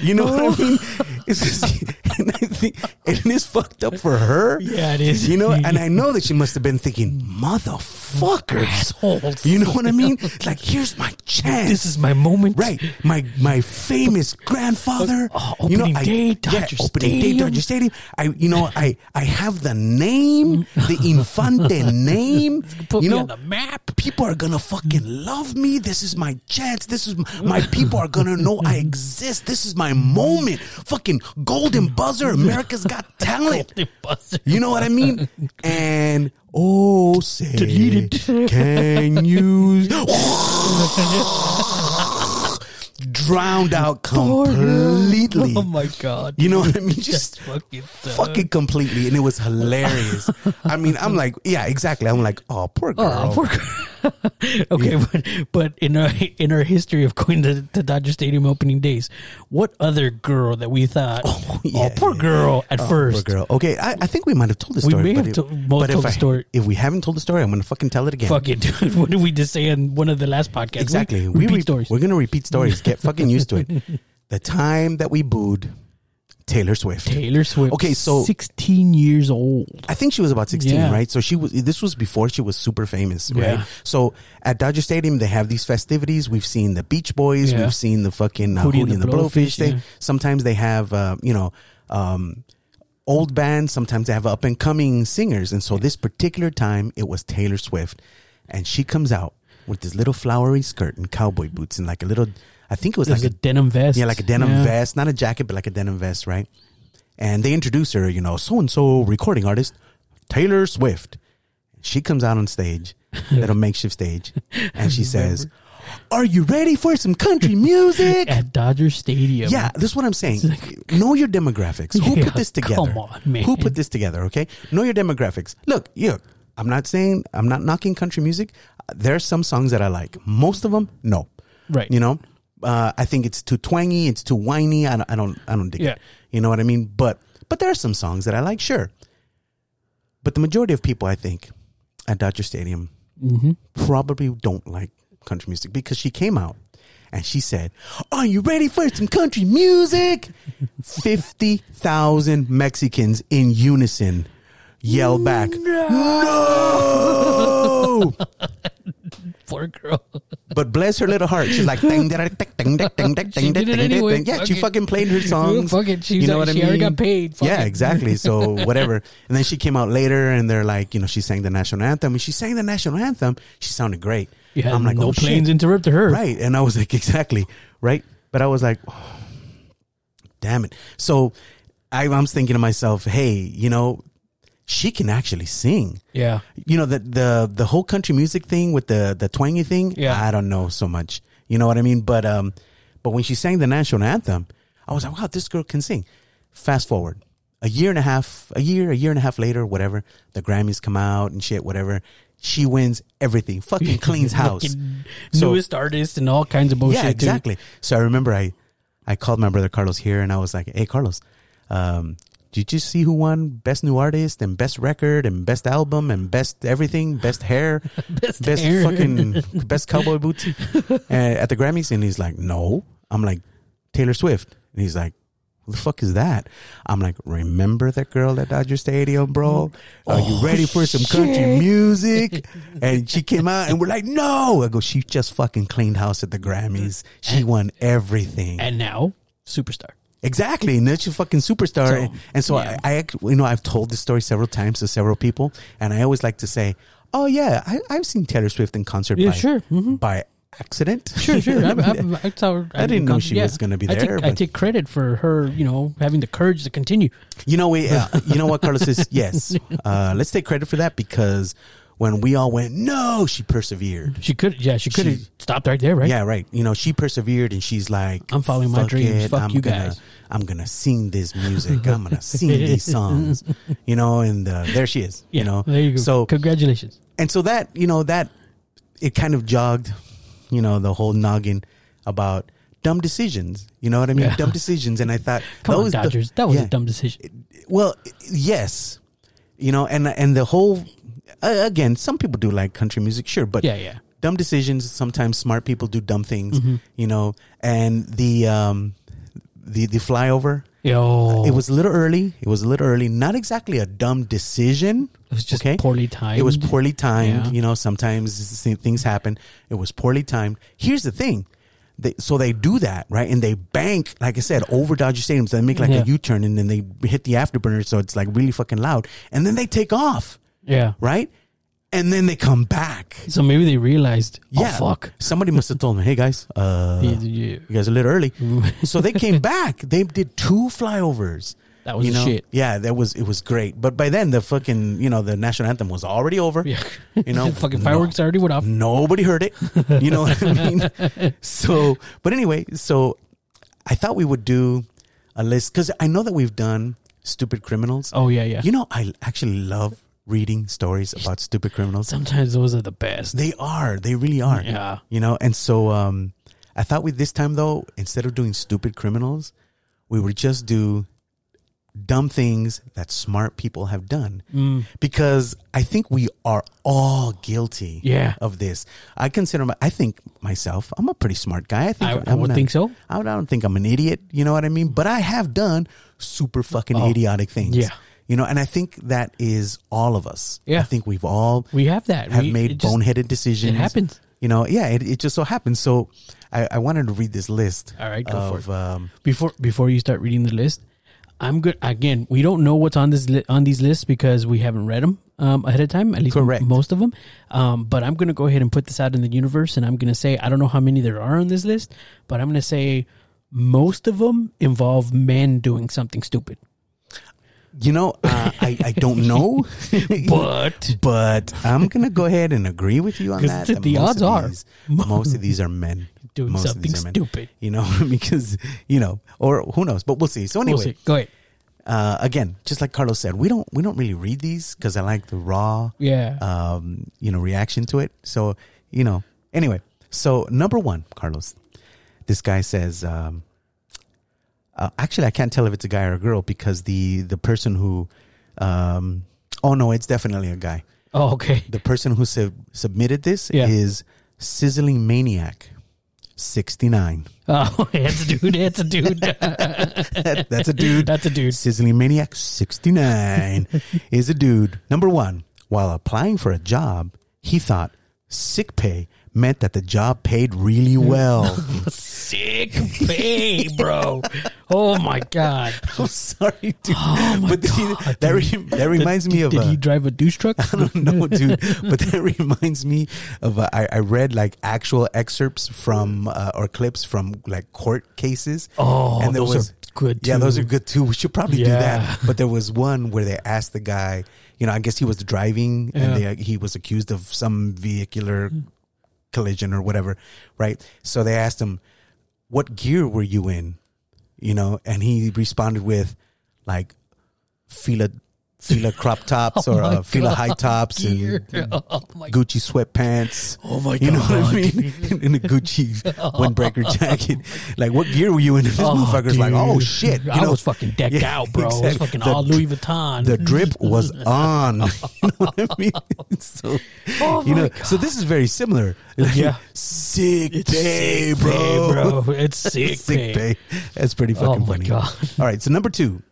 [SPEAKER 1] You know
[SPEAKER 2] Oh.
[SPEAKER 1] what I mean? It's just, and, I think, and it's fucked up for her.
[SPEAKER 2] Yeah, it is.
[SPEAKER 1] You know, and I know that she must have been thinking, motherfuckers.
[SPEAKER 2] Assholes.
[SPEAKER 1] You know what I mean? It's Like, here's my chance.
[SPEAKER 2] This is my moment.
[SPEAKER 1] Right, my my famous grandfather.
[SPEAKER 2] Oh, opening day, Dodger
[SPEAKER 1] opening day,
[SPEAKER 2] Stadium.
[SPEAKER 1] Dodger Stadium. I, you know, I I have the name, the Infante name.
[SPEAKER 2] Put
[SPEAKER 1] you
[SPEAKER 2] me
[SPEAKER 1] know,
[SPEAKER 2] on the map.
[SPEAKER 1] people are gonna fucking love me. This is my chance. This is my people are gonna know I exist. This is my moment. Fucking golden buzzer. America's got talent. You know what I mean? And oh, say,
[SPEAKER 2] Delete
[SPEAKER 1] can you drowned out completely?
[SPEAKER 2] Oh my god.
[SPEAKER 1] You know what I mean? Just
[SPEAKER 2] fucking sucks.
[SPEAKER 1] fucking completely, and it was hilarious. I mean, I'm like, yeah, exactly. I'm like, oh, poor girl.
[SPEAKER 2] Oh, poor girl. okay, but but in our in our history of going to the Dodger Stadium opening days, what other girl that we thought, oh,
[SPEAKER 1] yeah,
[SPEAKER 2] poor
[SPEAKER 1] yeah.
[SPEAKER 2] girl at
[SPEAKER 1] Oh, Poor
[SPEAKER 2] first,
[SPEAKER 1] girl. Okay, I, I think we might have told the
[SPEAKER 2] We
[SPEAKER 1] story.
[SPEAKER 2] may
[SPEAKER 1] but
[SPEAKER 2] have
[SPEAKER 1] if-
[SPEAKER 2] to- both
[SPEAKER 1] but
[SPEAKER 2] told
[SPEAKER 1] if
[SPEAKER 2] the
[SPEAKER 1] I-
[SPEAKER 2] story.
[SPEAKER 1] If we haven't told the story, I'm gonna fucking tell it again.
[SPEAKER 2] fuck it, dude. What did we just say on one of the last podcasts?
[SPEAKER 1] Exactly.
[SPEAKER 2] we, repeat
[SPEAKER 1] re-
[SPEAKER 2] stories.
[SPEAKER 1] We're gonna repeat stories. Get fucking used to it. The time that we booed Taylor Swift.
[SPEAKER 2] Taylor Swift.
[SPEAKER 1] Okay, so-
[SPEAKER 2] sixteen years old.
[SPEAKER 1] I think she was about 16,
[SPEAKER 2] Yeah.
[SPEAKER 1] right? So she was, this was before she was super famous, right?
[SPEAKER 2] Yeah.
[SPEAKER 1] So at Dodger Stadium, they have these festivities. We've seen the Beach Boys.
[SPEAKER 2] Yeah.
[SPEAKER 1] We've seen the fucking uh, Hootie, and the, Blowfish. They,
[SPEAKER 2] yeah.
[SPEAKER 1] Sometimes they have, uh, you know, um, old bands. Sometimes they have up and coming singers. And so this particular time, it was Taylor Swift. And she comes out with this little flowery skirt and cowboy boots and like a little, I think it was
[SPEAKER 2] It was
[SPEAKER 1] like
[SPEAKER 2] a denim vest.
[SPEAKER 1] yeah, like a denim
[SPEAKER 2] Yeah.
[SPEAKER 1] vest, not a jacket, but like a denim vest, right? And they introduce her, you know, so and so recording artist, Taylor Swift. She comes out on stage, little makeshift stage, and she says, Are you ready for some country music?
[SPEAKER 2] at Dodger Stadium.
[SPEAKER 1] Yeah, this is what I'm saying. know your demographics. Who
[SPEAKER 2] Yeah,
[SPEAKER 1] put this together?
[SPEAKER 2] come on, man.
[SPEAKER 1] Who put this together? Okay, know your demographics. Look, look. I'm not saying I'm not knocking country music. There are some songs that I like. Most of them, no.
[SPEAKER 2] Right.
[SPEAKER 1] You know, uh, I think it's too twangy. It's too whiny. I don't. I don't. I don't dig
[SPEAKER 2] Yeah.
[SPEAKER 1] it. You know what I mean? But but there are some songs that I like. Sure. But the majority of people, I think, at Dodger Stadium
[SPEAKER 2] Mm-hmm.
[SPEAKER 1] probably don't like country music because she came out and she said, Are you ready for some country music? 50,000 Mexicans in unison yell back, No!
[SPEAKER 2] poor girl.
[SPEAKER 1] But bless her little heart. She's like, ding, ding, ding, ding, ding, ding,
[SPEAKER 2] She
[SPEAKER 1] ding,
[SPEAKER 2] did it
[SPEAKER 1] ding,
[SPEAKER 2] anyway.
[SPEAKER 1] ding. Yeah, she
[SPEAKER 2] Fuck it.
[SPEAKER 1] fucking played her songs.
[SPEAKER 2] Fuck it. She's like, she already got paid. Fuck
[SPEAKER 1] yeah,
[SPEAKER 2] it.
[SPEAKER 1] exactly. So whatever. And then she came out later, and they're like, you know, she sang the national anthem. And she sang the national anthem. She sounded great.
[SPEAKER 2] Yeah,
[SPEAKER 1] I'm like,
[SPEAKER 2] no
[SPEAKER 1] oh, shit.
[SPEAKER 2] planes interrupted her.
[SPEAKER 1] Right. And I was like, exactly. Right. But I was like, oh, damn it. So I, I'm thinking to myself, hey, you know, she can actually sing.
[SPEAKER 2] Yeah.
[SPEAKER 1] You know, the, the, the whole country music thing with the, the twangy thing.
[SPEAKER 2] Yeah.
[SPEAKER 1] I don't know so much. You know what I mean? But, um, but when she sang the national anthem, I was like, wow, this girl can sing. Fast forward a year and a half, a year, a year and a half later, whatever, the Grammys come out and shit, whatever. She wins everything. Fucking cleans house.
[SPEAKER 2] Fucking
[SPEAKER 1] So-
[SPEAKER 2] newest artist and all kinds of bullshit.
[SPEAKER 1] yeah,
[SPEAKER 2] too.
[SPEAKER 1] exactly. So I remember I, I called my brother Carlos here, and I was like, "Hey, Carlos, um, did you see who won Best New Artist and Best Record and Best Album and Best Everything, Best Hair,
[SPEAKER 2] Best hair."
[SPEAKER 1] fucking Best Cowboy Boots uh, at the Grammys?" And he's like, "No." I'm like, "Taylor Swift," and he's like. Who the fuck is that? I'm like, remember that girl at Dodger Stadium, bro? Are
[SPEAKER 2] Oh,
[SPEAKER 1] you ready for some country music? and she came out and we're like, no. I go, she just fucking cleaned house at the Grammys. She won everything.
[SPEAKER 2] And now, superstar.
[SPEAKER 1] Exactly. And then she's a fucking superstar.
[SPEAKER 2] So,
[SPEAKER 1] and so
[SPEAKER 2] yeah.
[SPEAKER 1] I, I, act- you know, I've told this story several times to several people. And I always like to say, oh, yeah, I, I've seen Taylor Swift in concert
[SPEAKER 2] Yeah,
[SPEAKER 1] by,
[SPEAKER 2] sure. Mm-hmm.
[SPEAKER 1] by accident.
[SPEAKER 2] Sure, sure. I'm, I'm, I,
[SPEAKER 1] I didn't know she was gonna be
[SPEAKER 2] I take,
[SPEAKER 1] there,
[SPEAKER 2] I
[SPEAKER 1] but-
[SPEAKER 2] take credit for her, you know, having the courage to continue.
[SPEAKER 1] You know, we, uh, you know what, Carlos is yes. Uh, let's take credit for that because when we all went, no, she persevered.
[SPEAKER 2] She could, yeah, she could have
[SPEAKER 1] She-
[SPEAKER 2] stopped right there, right?
[SPEAKER 1] Yeah, right. You know, she persevered, and she's like,
[SPEAKER 2] I'm following my
[SPEAKER 1] "Fuck
[SPEAKER 2] dreams.
[SPEAKER 1] it,
[SPEAKER 2] Fuck you
[SPEAKER 1] gonna,
[SPEAKER 2] guys."
[SPEAKER 1] I'm gonna sing this music. I'm gonna sing these songs. You know, and uh, there she is.
[SPEAKER 2] Yeah,
[SPEAKER 1] you know,
[SPEAKER 2] there you go.
[SPEAKER 1] So
[SPEAKER 2] congratulations.
[SPEAKER 1] and so that you know that it kind of jogged you know the whole noggin about dumb decisions you know what i mean
[SPEAKER 2] Yeah.
[SPEAKER 1] dumb decisions and i thought
[SPEAKER 2] Come on,
[SPEAKER 1] those-
[SPEAKER 2] Dodgers. that was
[SPEAKER 1] yeah.
[SPEAKER 2] a dumb decision.
[SPEAKER 1] well yes you know and and the whole uh, again some people do like country music sure but
[SPEAKER 2] Yeah, Mm-hmm. yeah.
[SPEAKER 1] dumb decisions sometimes smart people do dumb things you know and the um the the flyover
[SPEAKER 2] Yo,
[SPEAKER 1] it was a little early. It was a little early. Not exactly a dumb decision. It
[SPEAKER 2] was just poorly timed.
[SPEAKER 1] It was poorly timed.
[SPEAKER 2] Yeah.
[SPEAKER 1] You know, sometimes th- things happen. It was poorly timed. Here's the thing. They, so they do that, right? And they bank, like I said, over Dodger Stadium. So they make like
[SPEAKER 2] Yeah.
[SPEAKER 1] a U turn and then they hit the afterburner. So it's like really fucking loud. And then they take off,
[SPEAKER 2] yeah.
[SPEAKER 1] right? and then they come back.
[SPEAKER 2] So maybe they realized, oh,
[SPEAKER 1] Yeah,
[SPEAKER 2] fuck.
[SPEAKER 1] Somebody must have told them, "Hey guys, uh,
[SPEAKER 2] Yeah,
[SPEAKER 1] you
[SPEAKER 2] yeah.
[SPEAKER 1] guys are a little early." so they came back. They did two flyovers.
[SPEAKER 2] That was
[SPEAKER 1] you
[SPEAKER 2] the
[SPEAKER 1] know?
[SPEAKER 2] shit.
[SPEAKER 1] Yeah, that was it was great. But by then the fucking you know the national anthem was already over.
[SPEAKER 2] Yeah.
[SPEAKER 1] You know,
[SPEAKER 2] fucking
[SPEAKER 1] no-
[SPEAKER 2] fireworks already went off.
[SPEAKER 1] Nobody heard it. You know what I mean? So, but anyway, so I thought we would do a list because I know that we've done stupid criminals.
[SPEAKER 2] Oh, yeah, yeah.
[SPEAKER 1] You know, I actually love reading stories about stupid criminals.
[SPEAKER 2] Sometimes those are the best.
[SPEAKER 1] They are. They really are.
[SPEAKER 2] Yeah.
[SPEAKER 1] You know, and so um, I thought with this time though, instead of doing stupid criminals, we would just do dumb things that smart people have done
[SPEAKER 2] Mm.
[SPEAKER 1] because I think we are all guilty
[SPEAKER 2] Yeah.
[SPEAKER 1] of this. I consider my, I think myself, I'm a pretty smart guy. I think
[SPEAKER 2] I- I
[SPEAKER 1] I'm
[SPEAKER 2] would
[SPEAKER 1] not-
[SPEAKER 2] think so.
[SPEAKER 1] I, don't- I don't think I'm an idiot. You know what I mean? But I have done super fucking idiotic things.
[SPEAKER 2] Oh. Yeah.
[SPEAKER 1] You know, and I think that is all of us.
[SPEAKER 2] Yeah.
[SPEAKER 1] I think we've all
[SPEAKER 2] We have that.
[SPEAKER 1] have
[SPEAKER 2] We-
[SPEAKER 1] made
[SPEAKER 2] it just-
[SPEAKER 1] boneheaded decisions.
[SPEAKER 2] it happens.
[SPEAKER 1] You know, yeah, it, it just so happens. So I, I wanted to read this list.
[SPEAKER 2] All right, go for
[SPEAKER 1] of, Um,
[SPEAKER 2] before before you start reading the list, I'm good. Again, we don't know what's on this li- on these lists because we haven't read them um, ahead of time. At least
[SPEAKER 1] Correct.
[SPEAKER 2] most of them. Um, but I'm gonna go ahead and put this out in the universe, and I'm gonna say I don't know how many there are on this list, but I'm gonna say most of them involve men doing something stupid.
[SPEAKER 1] you know, uh, I, I don't know,
[SPEAKER 2] But
[SPEAKER 1] but I'm going to go ahead and agree with you on
[SPEAKER 2] 'Cause
[SPEAKER 1] that.
[SPEAKER 2] the-
[SPEAKER 1] that
[SPEAKER 2] the
[SPEAKER 1] most
[SPEAKER 2] odds
[SPEAKER 1] of
[SPEAKER 2] are.
[SPEAKER 1] these- most of these are men
[SPEAKER 2] doing
[SPEAKER 1] Most of
[SPEAKER 2] something
[SPEAKER 1] these are men.
[SPEAKER 2] stupid.
[SPEAKER 1] You know, because, you know, or who knows, but we'll see. So anyway,
[SPEAKER 2] We'll see. Go ahead.
[SPEAKER 1] Uh, again, just like Carlos said, we don't, we don't really read these because I like the raw,
[SPEAKER 2] Yeah.
[SPEAKER 1] um, you know, reaction to it. So, you know, anyway, so number one, Carlos, this guy says, um, uh, actually, I can't tell if it's a guy or a girl because the, the person who, um, oh no, it's definitely a guy.
[SPEAKER 2] oh, okay.
[SPEAKER 1] The person who sub- submitted this
[SPEAKER 2] Yeah.
[SPEAKER 1] is Sizzling Maniac 69.
[SPEAKER 2] Oh, it's a dude. It's a dude.
[SPEAKER 1] That's a dude.
[SPEAKER 2] That's a dude.
[SPEAKER 1] Sizzling Maniac 69 is a dude. Number one, while applying for a job, he thought sick pay meant that the job paid really well.
[SPEAKER 2] Sick pay, bro. Oh my god.
[SPEAKER 1] I'm sorry, dude.
[SPEAKER 2] Oh my
[SPEAKER 1] but see,
[SPEAKER 2] God,
[SPEAKER 1] that, re- that reminds me of
[SPEAKER 2] Did
[SPEAKER 1] a-
[SPEAKER 2] he drive a douche truck?
[SPEAKER 1] I don't know, dude. But that reminds me of uh, I, I read like actual excerpts from uh, or clips from like court cases.
[SPEAKER 2] Oh, those are good,
[SPEAKER 1] Yeah, those
[SPEAKER 2] too.
[SPEAKER 1] are good too. We should probably do
[SPEAKER 2] Yeah.
[SPEAKER 1] that. But there was one where they asked the guy. You know, I guess he was driving and
[SPEAKER 2] Yeah.
[SPEAKER 1] they, uh, he was accused of some vehicular collision or whatever, right? So they asked him, "What gear were you in?" You know, and he responded with, like, Fila Fila crop tops or
[SPEAKER 2] Oh my
[SPEAKER 1] uh, Fila
[SPEAKER 2] God,
[SPEAKER 1] high tops and
[SPEAKER 2] oh my god.
[SPEAKER 1] Gucci sweatpants.
[SPEAKER 2] Oh my
[SPEAKER 1] You know what I
[SPEAKER 2] God. Oh
[SPEAKER 1] mean? in a Gucci windbreaker jacket. Like, what gear were you in? And this motherfucker's like, oh
[SPEAKER 2] dude.
[SPEAKER 1] shit. You
[SPEAKER 2] I
[SPEAKER 1] know,
[SPEAKER 2] was fucking decked
[SPEAKER 1] Yeah,
[SPEAKER 2] out, bro. It was
[SPEAKER 1] exactly.
[SPEAKER 2] fucking
[SPEAKER 1] The
[SPEAKER 2] all
[SPEAKER 1] dr-
[SPEAKER 2] Louis Vuitton.
[SPEAKER 1] the drip was on. you know what I mean? So,
[SPEAKER 2] Oh
[SPEAKER 1] you
[SPEAKER 2] my
[SPEAKER 1] know, so this is very similar. Like,
[SPEAKER 2] Yeah.
[SPEAKER 1] Sick day,
[SPEAKER 2] sick pay,
[SPEAKER 1] bro.
[SPEAKER 2] bro. It's sick, pay.
[SPEAKER 1] Sick day. That's pretty fucking
[SPEAKER 2] Oh my
[SPEAKER 1] funny.
[SPEAKER 2] God.
[SPEAKER 1] All right. So, number two.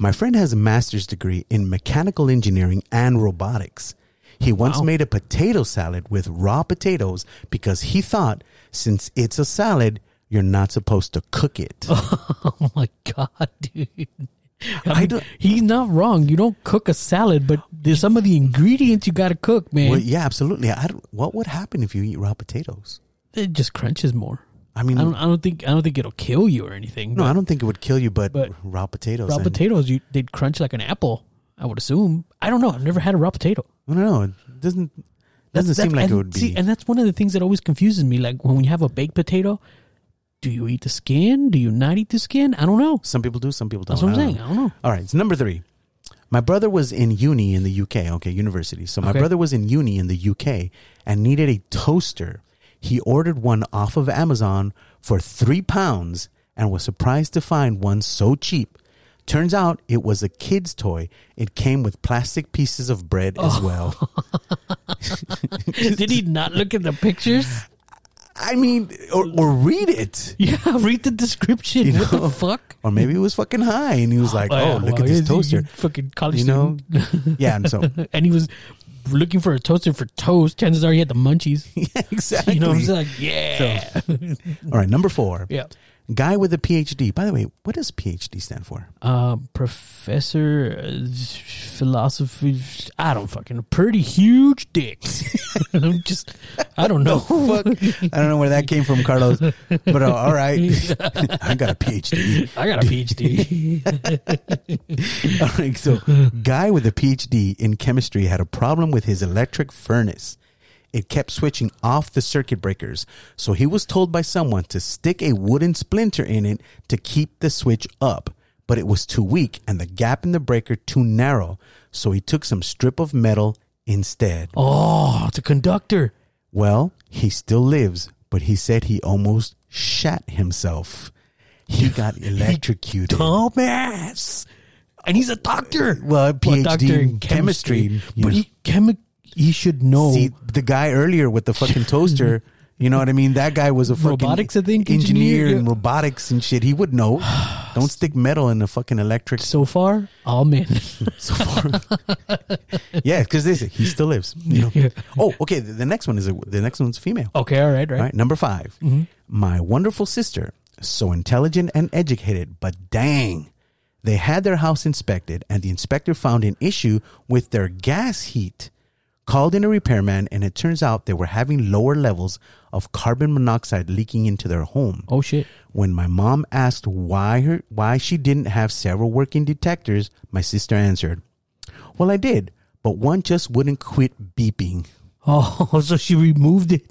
[SPEAKER 1] My friend has a master's degree in mechanical engineering and robotics. He once made a potato salad with raw potatoes because he thought since it's a salad, you're not supposed to cook it.
[SPEAKER 2] Oh my god, dude. I mean,
[SPEAKER 1] don't-
[SPEAKER 2] he's not wrong. You don't cook a salad, but there's some of the ingredients you got to cook, man.
[SPEAKER 1] Well, yeah, absolutely. I don't, what would happen if you eat raw potatoes?
[SPEAKER 2] It just crunches more.
[SPEAKER 1] I mean,
[SPEAKER 2] I don't. I don't think. I don't think it'll kill you or anything.
[SPEAKER 1] No,
[SPEAKER 2] but
[SPEAKER 1] I don't think it would kill you, but,
[SPEAKER 2] But
[SPEAKER 1] raw potatoes.
[SPEAKER 2] raw
[SPEAKER 1] and-
[SPEAKER 2] potatoes, you they'd crunch like an apple. I would assume. I don't know. I've never had a raw potato.
[SPEAKER 1] I don't know. It doesn't doesn't
[SPEAKER 2] That's-
[SPEAKER 1] seem like it
[SPEAKER 2] and
[SPEAKER 1] would be.
[SPEAKER 2] See, and that's one of the things that always confuses me. Like when you have a baked potato, do you eat the skin? Do you not eat the skin? I don't know.
[SPEAKER 1] some people do, some people don't.
[SPEAKER 2] That's what I'm
[SPEAKER 1] I don't
[SPEAKER 2] saying.
[SPEAKER 1] know.
[SPEAKER 2] I don't know.
[SPEAKER 1] All right, it's number three. My brother was in uni in the UK. Okay, university. So my
[SPEAKER 2] Okay.
[SPEAKER 1] brother was in uni in the UK and needed a toaster. He ordered one off of Amazon for three pounds and was surprised to find one so cheap. Turns out it was a kid's toy. It came with plastic pieces of bread
[SPEAKER 2] Oh.
[SPEAKER 1] as well.
[SPEAKER 2] Did he not look at the pictures?
[SPEAKER 1] I mean, or, or read it.
[SPEAKER 2] Yeah, read the description.
[SPEAKER 1] You
[SPEAKER 2] what
[SPEAKER 1] know?
[SPEAKER 2] the fuck?
[SPEAKER 1] Or maybe he was fucking high and he was like,
[SPEAKER 2] Well,
[SPEAKER 1] oh, look
[SPEAKER 2] well,
[SPEAKER 1] at
[SPEAKER 2] you-
[SPEAKER 1] this
[SPEAKER 2] you
[SPEAKER 1] toaster.
[SPEAKER 2] fucking college
[SPEAKER 1] You know? yeah, and so,
[SPEAKER 2] student, and he was looking for a toaster for toast. Chances are he had the munchies.
[SPEAKER 1] yeah, exactly.
[SPEAKER 2] You know, what I'm saying? like, yeah,
[SPEAKER 1] All right, number four.
[SPEAKER 2] yeah.
[SPEAKER 1] Guy with a PhD. By the way, what does PhD stand for?
[SPEAKER 2] Uh, professor uh, philosophy. I don't fucking. Pretty huge dick. I'm just. I don't know.
[SPEAKER 1] Fuck. I don't know where that came from, Carlos. But uh, all right, I got a PhD.
[SPEAKER 2] I got a PhD.
[SPEAKER 1] All right, so guy with a PhD in chemistry had a problem with his electric furnace. It kept switching off the circuit breakers, so he was told by someone to stick a wooden splinter in it to keep the switch up. But it was too weak and the gap in the breaker too narrow, so he took some strip of metal instead.
[SPEAKER 2] oh, it's a conductor.
[SPEAKER 1] Well, he still lives, but he said he almost shat himself. He got electrocuted.
[SPEAKER 2] Dumbass. And he's a doctor.
[SPEAKER 1] Well, PhD in chemistry, you know.
[SPEAKER 2] but he Oh. chemi- He should know.
[SPEAKER 1] See the guy earlier with the fucking toaster. You know what I mean? That guy was a fucking
[SPEAKER 2] Robotics, I think,
[SPEAKER 1] engineer,
[SPEAKER 2] engineer,
[SPEAKER 1] in
[SPEAKER 2] yeah.
[SPEAKER 1] robotics and shit. He would know. Don't stick metal in the fucking electric.
[SPEAKER 2] so far, all men.
[SPEAKER 1] So far. yeah, because they say he still lives. You know.
[SPEAKER 2] Yeah.
[SPEAKER 1] Oh, okay. The, the next one is a, the next one's female.
[SPEAKER 2] Okay, all right, right.
[SPEAKER 1] All right, number 5 My wonderful sister, so intelligent and educated, but dang. They had their house inspected, and the inspector found an issue with their gas heat. Called in a repairman, and it turns out they were having lower levels of carbon monoxide leaking into their home.
[SPEAKER 2] Oh shit.
[SPEAKER 1] When my mom asked why her why she didn't have several working detectors, my sister answered, "Well, I did, but one just wouldn't quit beeping.
[SPEAKER 2] Oh, so she removed it.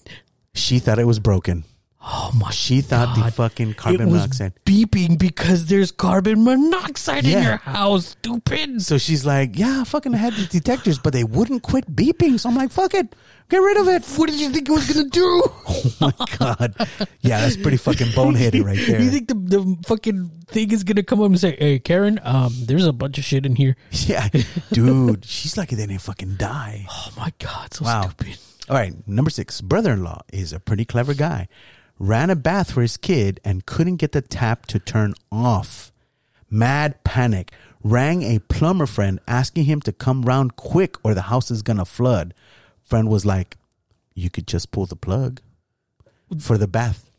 [SPEAKER 1] She thought it was broken."
[SPEAKER 2] Oh my
[SPEAKER 1] She thought the
[SPEAKER 2] God.
[SPEAKER 1] fucking
[SPEAKER 2] it
[SPEAKER 1] carbon
[SPEAKER 2] was
[SPEAKER 1] monoxide.
[SPEAKER 2] beeping because there's carbon monoxide in
[SPEAKER 1] Yeah.
[SPEAKER 2] your house, stupid.
[SPEAKER 1] So she's like, "Yeah, fucking, I had these detectors, but they wouldn't quit beeping." So I'm like, "Fuck it, get rid of it." What did you think it was gonna do? oh my god, yeah, that's pretty fucking boneheaded right there.
[SPEAKER 2] You think the, the fucking thing is gonna come up and say, "Hey, Karen, um, there's a bunch of shit in here."
[SPEAKER 1] yeah, dude, she's lucky they didn't fucking die.
[SPEAKER 2] Oh my god, so
[SPEAKER 1] Wow.
[SPEAKER 2] stupid.
[SPEAKER 1] All right, number six, brother-in-law is a pretty clever guy. Ran a bath for his kid and couldn't get the tap to turn off. Mad panic. Rang a plumber friend asking him to come round quick or the house is gonna flood. Friend was like, "You could just pull the plug for the bath."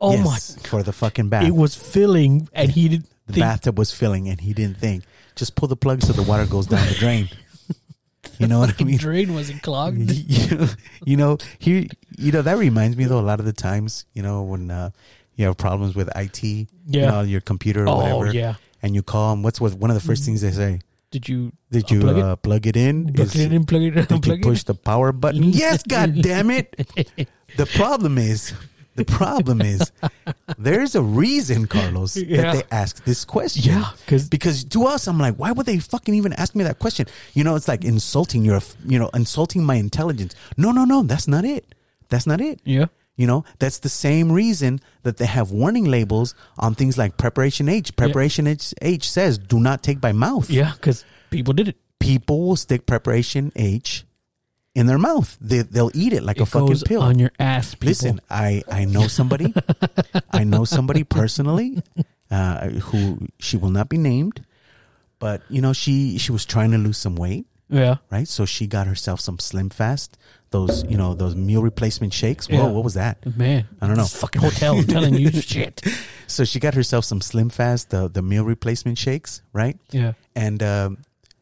[SPEAKER 2] Oh
[SPEAKER 1] Yes, for the fucking bath.
[SPEAKER 2] my! It was filling, and he didn't
[SPEAKER 1] the
[SPEAKER 2] think.
[SPEAKER 1] bathtub was filling, and he didn't think. Just pull the plug so the water goes down the drain. You know what I
[SPEAKER 2] The
[SPEAKER 1] mean?
[SPEAKER 2] drain wasn't clogged.
[SPEAKER 1] you, know- you know, here, you know, that reminds me though, a lot of the times, you know, when uh, you have problems with IT, you
[SPEAKER 2] Yeah.
[SPEAKER 1] know, your computer or
[SPEAKER 2] Oh,
[SPEAKER 1] whatever,
[SPEAKER 2] yeah.
[SPEAKER 1] and you call them, what's what, one of the first things they say?
[SPEAKER 2] Did you?
[SPEAKER 1] Did you
[SPEAKER 2] unplug it?
[SPEAKER 1] uh, plug it in?
[SPEAKER 2] Plug it in, plug it in,
[SPEAKER 1] did you
[SPEAKER 2] plug it in.
[SPEAKER 1] push the power button? yes, god damn it. The problem is, the problem is, there's a reason, Carlos,
[SPEAKER 2] Yeah.
[SPEAKER 1] that they ask this question.
[SPEAKER 2] Yeah, 'cause-
[SPEAKER 1] because to us, I'm like, why would they fucking even ask me that question? You know, it's like insulting your, you know, insulting my intelligence. No, no, no, that's not it. That's not it.
[SPEAKER 2] Yeah.
[SPEAKER 1] You know, that's the same reason that they have warning labels on things like preparation H. Preparation H, H says, do not take by mouth
[SPEAKER 2] Yeah, because people did it.
[SPEAKER 1] people will stick preparation H in their mouth. They, they'll eat it like a
[SPEAKER 2] It
[SPEAKER 1] fucking
[SPEAKER 2] goes
[SPEAKER 1] pill.
[SPEAKER 2] on your ass, people.
[SPEAKER 1] Listen, I, I know somebody, I know somebody personally, uh, who she will not be named, but you know she she was trying to lose some weight,
[SPEAKER 2] Yeah.
[SPEAKER 1] right? So she got herself some Slim Fast, those you know those meal replacement shakes. Whoa,
[SPEAKER 2] Yeah.
[SPEAKER 1] what was that?
[SPEAKER 2] Man,
[SPEAKER 1] I don't know.
[SPEAKER 2] This fucking hotel, I'm telling you, shit.
[SPEAKER 1] So she got herself some Slim Fast, the the meal replacement shakes, right?
[SPEAKER 2] Yeah.
[SPEAKER 1] And um,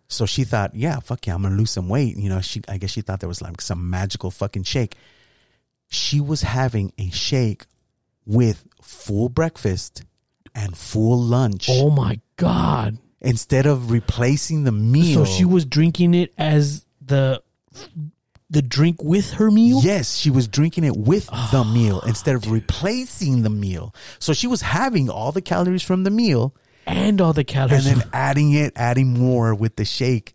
[SPEAKER 1] so she thought, yeah, fuck yeah, I'm gonna lose some weight. You know, she I guess she thought there was like some magical fucking shake. She was having a shake with full breakfast and full lunch
[SPEAKER 2] Oh my god.
[SPEAKER 1] instead of replacing the meal.
[SPEAKER 2] So she was drinking it as the the drink with her meal.
[SPEAKER 1] Yes, she was drinking it with the
[SPEAKER 2] Ah,
[SPEAKER 1] meal instead of replacing the meal. So she was having all the calories from the meal
[SPEAKER 2] and all the
[SPEAKER 1] and
[SPEAKER 2] calories.
[SPEAKER 1] then adding it, adding more with the shake.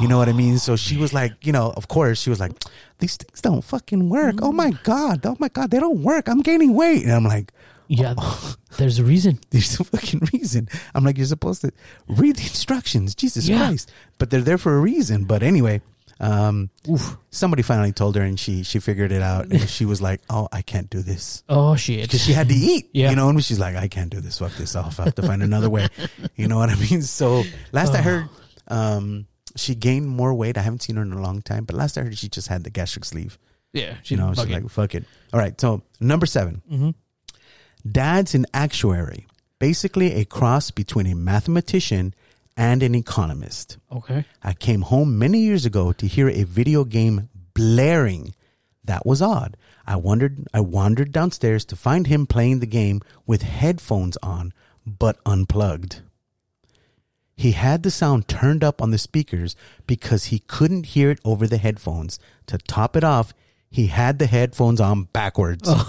[SPEAKER 1] You know what I mean? So she was like, you know, of course, she was like, these things don't fucking work. Oh my God. Oh my God. They don't work. I'm gaining weight. And I'm like,
[SPEAKER 2] yeah, there's a reason.
[SPEAKER 1] there's a fucking reason. I'm like, you're supposed to read the instructions. Jesus
[SPEAKER 2] Yeah.
[SPEAKER 1] Christ. But they're there for a reason. But anyway, um, somebody finally told her and she, she figured it out. And she was like, oh, I can't do this.
[SPEAKER 2] Oh shit.
[SPEAKER 1] Because she had to eat.
[SPEAKER 2] Yeah.
[SPEAKER 1] You know, and she's like, I can't do this. Fuck this off. I have to find another way. You know what I mean? So last I heard, um, she gained more weight. I haven't seen her in a long time, but last I heard, she just had the gastric sleeve.
[SPEAKER 2] yeah, she
[SPEAKER 1] You know, she's
[SPEAKER 2] fucking-
[SPEAKER 1] like, fuck it. All right. So number 7 Dad's an actuary, basically a cross between a mathematician and an economist.
[SPEAKER 2] Okay.
[SPEAKER 1] I came home many years ago to hear a video game blaring. That was odd. I wondered I wandered downstairs to find him playing the game with headphones on but unplugged. He had the sound turned up on the speakers because he couldn't hear it over the headphones. To top it off, he had the headphones on backwards.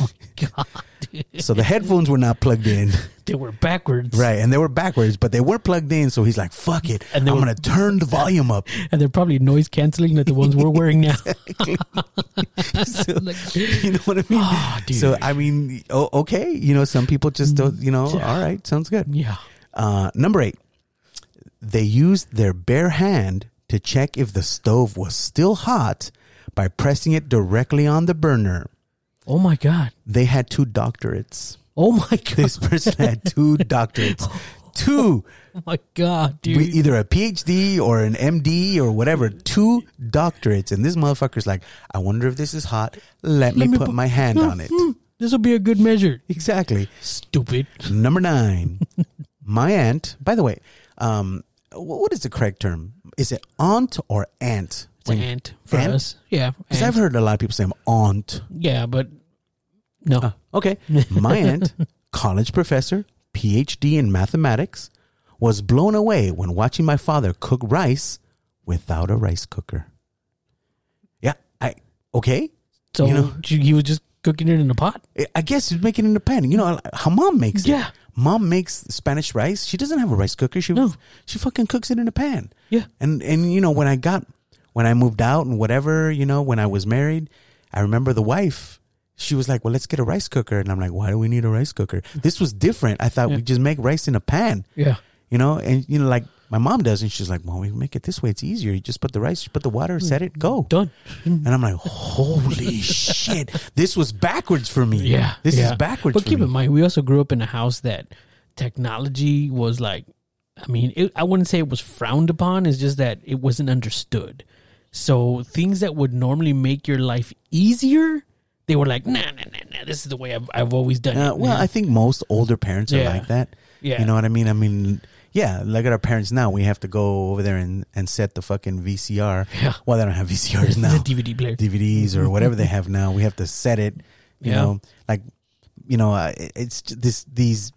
[SPEAKER 2] Oh God, dude.
[SPEAKER 1] So the headphones were not plugged in.
[SPEAKER 2] they were backwards.
[SPEAKER 1] Right. And they were backwards, but they were plugged in. So he's like, fuck it.
[SPEAKER 2] And
[SPEAKER 1] And
[SPEAKER 2] they
[SPEAKER 1] I'm
[SPEAKER 2] were-
[SPEAKER 1] going to turn the volume up.
[SPEAKER 2] And they're probably noise canceling like the ones we're wearing now.
[SPEAKER 1] So,
[SPEAKER 2] Like-
[SPEAKER 1] you know what I mean?
[SPEAKER 2] Ah, dude.
[SPEAKER 1] So, I mean, o- okay. You know, some people just don't, you know, all right. Sounds good.
[SPEAKER 2] yeah.
[SPEAKER 1] Uh, number eight, they used their bare hand to check if the stove was still hot by pressing it directly on the burner.
[SPEAKER 2] Oh my God.
[SPEAKER 1] They had two doctorates.
[SPEAKER 2] Oh my God.
[SPEAKER 1] This person had two doctorates. Two
[SPEAKER 2] oh my God, dude.
[SPEAKER 1] we either a PhD or an MD or whatever, two doctorates, and this motherfucker's like, I wonder if this is hot. Let, me,
[SPEAKER 2] me
[SPEAKER 1] put
[SPEAKER 2] put-
[SPEAKER 1] my hand on it.
[SPEAKER 2] this will Hmm. be a good measure.
[SPEAKER 1] Exactly.
[SPEAKER 2] Stupid.
[SPEAKER 1] Number nine, my aunt. By the way, um, wh- what is the correct term? Is it aunt or aunt?
[SPEAKER 2] It's an ant for
[SPEAKER 1] Ant?
[SPEAKER 2] us. Yeah.
[SPEAKER 1] Because I've
[SPEAKER 2] ant.
[SPEAKER 1] heard a lot of people say aunt.
[SPEAKER 2] Yeah, but no.
[SPEAKER 1] Okay. My aunt, college professor, PhD in mathematics, was blown away when watching my father cook rice without a rice cooker. Yeah, I okay.
[SPEAKER 2] so
[SPEAKER 1] you know-
[SPEAKER 2] he was just cooking it in a pot.
[SPEAKER 1] I- I guess she's making it in a pan. You know how mom makes it.
[SPEAKER 2] Yeah.
[SPEAKER 1] Mom makes Spanish rice. She doesn't have a rice cooker. She
[SPEAKER 2] No.
[SPEAKER 1] she fucking cooks it in a pan.
[SPEAKER 2] Yeah.
[SPEAKER 1] And and you know when I got when I moved out and whatever, you know, when I was married, I remember the wife, she was like, "Well, let's get a rice cooker." And I'm like, "Why do we need a rice cooker?" This was different. I thought we just make rice in a pan.
[SPEAKER 2] Yeah.
[SPEAKER 1] You know, and you know like my mom does and she's like, "Well, we make it this way. It's easier. You just put the rice, you put the water, set it, go."
[SPEAKER 2] Done.
[SPEAKER 1] And I'm like, holy shit. This was backwards for me.
[SPEAKER 2] Yeah.
[SPEAKER 1] This
[SPEAKER 2] yeah.
[SPEAKER 1] is backwards
[SPEAKER 2] But
[SPEAKER 1] for
[SPEAKER 2] keep
[SPEAKER 1] me.
[SPEAKER 2] in mind, we also grew up in a house that technology was like, I mean, it, I wouldn't say it was frowned upon. It's just that it wasn't understood. So things that would normally make your life easier, they were like, nah, nah, nah, nah. This is the way I've, I've always done
[SPEAKER 1] Uh,
[SPEAKER 2] it.
[SPEAKER 1] well, I think most older parents are
[SPEAKER 2] Yeah.
[SPEAKER 1] like that.
[SPEAKER 2] Yeah.
[SPEAKER 1] You know what I mean? I mean, yeah, look at our parents now. We have to go over there and, and set the fucking VCR.
[SPEAKER 2] Yeah.
[SPEAKER 1] Well, they don't have VCRs
[SPEAKER 2] the
[SPEAKER 1] now.
[SPEAKER 2] DVD player.
[SPEAKER 1] DVDs or whatever they have now. We have to set it, you
[SPEAKER 2] Yeah.
[SPEAKER 1] know, like, you know, uh, it- it's j- this, these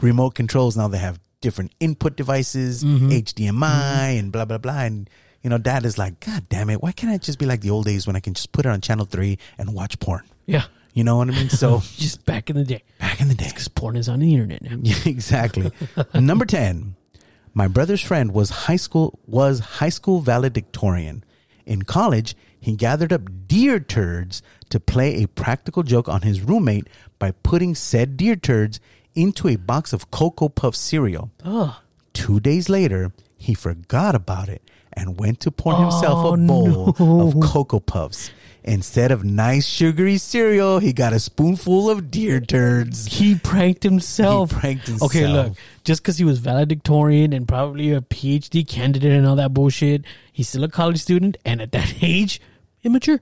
[SPEAKER 1] remote controls now they have different input devices,
[SPEAKER 2] Mm-hmm.
[SPEAKER 1] HDMI and blah, blah, blah. And, you know, dad is like, God damn it. Why can't I just be like the old days when I can just put it on channel three and watch porn?
[SPEAKER 2] yeah.
[SPEAKER 1] You know what I mean? So
[SPEAKER 2] Just back in the day.
[SPEAKER 1] back in the day.
[SPEAKER 2] Because porn is on the internet now.
[SPEAKER 1] Yeah, exactly. Number ten, my brother's friend was high school was high school valedictorian. In college, he gathered up deer turds to play a practical joke on his roommate by putting said deer turds into a box of Cocoa Puff cereal.
[SPEAKER 2] Oh,
[SPEAKER 1] Two days later, he forgot about it and went to pour himself
[SPEAKER 2] Oh,
[SPEAKER 1] a bowl of Cocoa Puffs. Instead of nice sugary cereal, he got a spoonful of deer turds.
[SPEAKER 2] he pranked himself.
[SPEAKER 1] He pranked
[SPEAKER 2] Okay,
[SPEAKER 1] himself.
[SPEAKER 2] look, just because he was valedictorian and probably a PhD candidate and all that bullshit, he's still a college student and at that age, immature.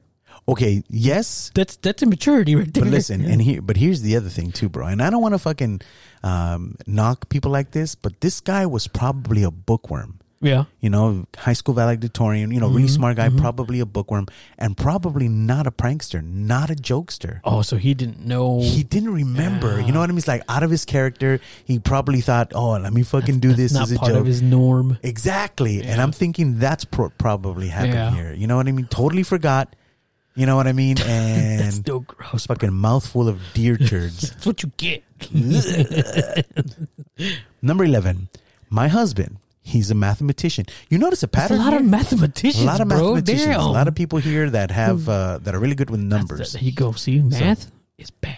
[SPEAKER 1] Okay, yes,
[SPEAKER 2] That's that's immaturity right there.
[SPEAKER 1] But listen, and here, but here's the other thing too, bro. And I don't want to fucking um, knock people like this, but this guy was probably a bookworm.
[SPEAKER 2] yeah,
[SPEAKER 1] You know, high school valedictorian. You know, really
[SPEAKER 2] Mm-hmm,
[SPEAKER 1] smart guy, probably a bookworm, and probably not a prankster, not a jokester.
[SPEAKER 2] oh, so he didn't know.
[SPEAKER 1] He didn't remember. You know what I mean? It's like out of his character. He probably thought, "Oh, let me fucking do this
[SPEAKER 2] not
[SPEAKER 1] as a
[SPEAKER 2] part of
[SPEAKER 1] joke."
[SPEAKER 2] his norm.
[SPEAKER 1] Exactly. And I'm thinking that's pro- probably happened
[SPEAKER 2] Yeah.
[SPEAKER 1] here. You know what I mean? Totally forgot. You know what I mean? And
[SPEAKER 2] That's still gross.
[SPEAKER 1] fucking mouthful of deer turds.
[SPEAKER 2] That's what you get.
[SPEAKER 1] Number 11, my husband. He's a mathematician. You notice a
[SPEAKER 2] That's a
[SPEAKER 1] pattern?
[SPEAKER 2] lot of
[SPEAKER 1] here?
[SPEAKER 2] mathematicians.
[SPEAKER 1] a lot of
[SPEAKER 2] bro.
[SPEAKER 1] mathematicians.
[SPEAKER 2] Damn.
[SPEAKER 1] A lot of people here that have uh, that are really good with numbers.
[SPEAKER 2] There you go. See, math is bad.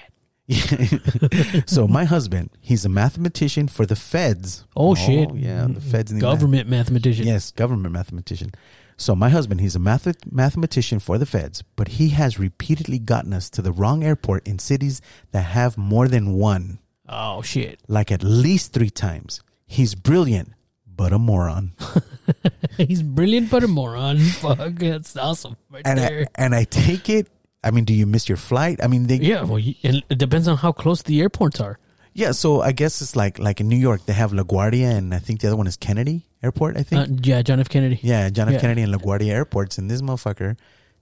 [SPEAKER 1] so my husband, he's a mathematician for the feds.
[SPEAKER 2] Oh, shit.
[SPEAKER 1] Yeah, the feds and the math-
[SPEAKER 2] Government mathematician.
[SPEAKER 1] Yes, government mathematician. So my husband, he's a math- mathematician for the feds, but he has repeatedly gotten us to the wrong airport in cities that have more than one.
[SPEAKER 2] Oh shit.
[SPEAKER 1] like at least three times. He's brilliant, but a moron.
[SPEAKER 2] He's brilliant, but a moron. Fuck, that's awesome right
[SPEAKER 1] And
[SPEAKER 2] there.
[SPEAKER 1] I, and I take it. I mean, do you miss your flight? I mean, they
[SPEAKER 2] Yeah, well, you- it it depends on how close the airports are.
[SPEAKER 1] yeah. So I guess it's like like in New York they have LaGuardia and I think the other one is Kennedy Airport. I think
[SPEAKER 2] Uh, yeah, John F. Kennedy.
[SPEAKER 1] yeah, John F
[SPEAKER 2] yeah.
[SPEAKER 1] Kennedy and LaGuardia airports, and this motherfucker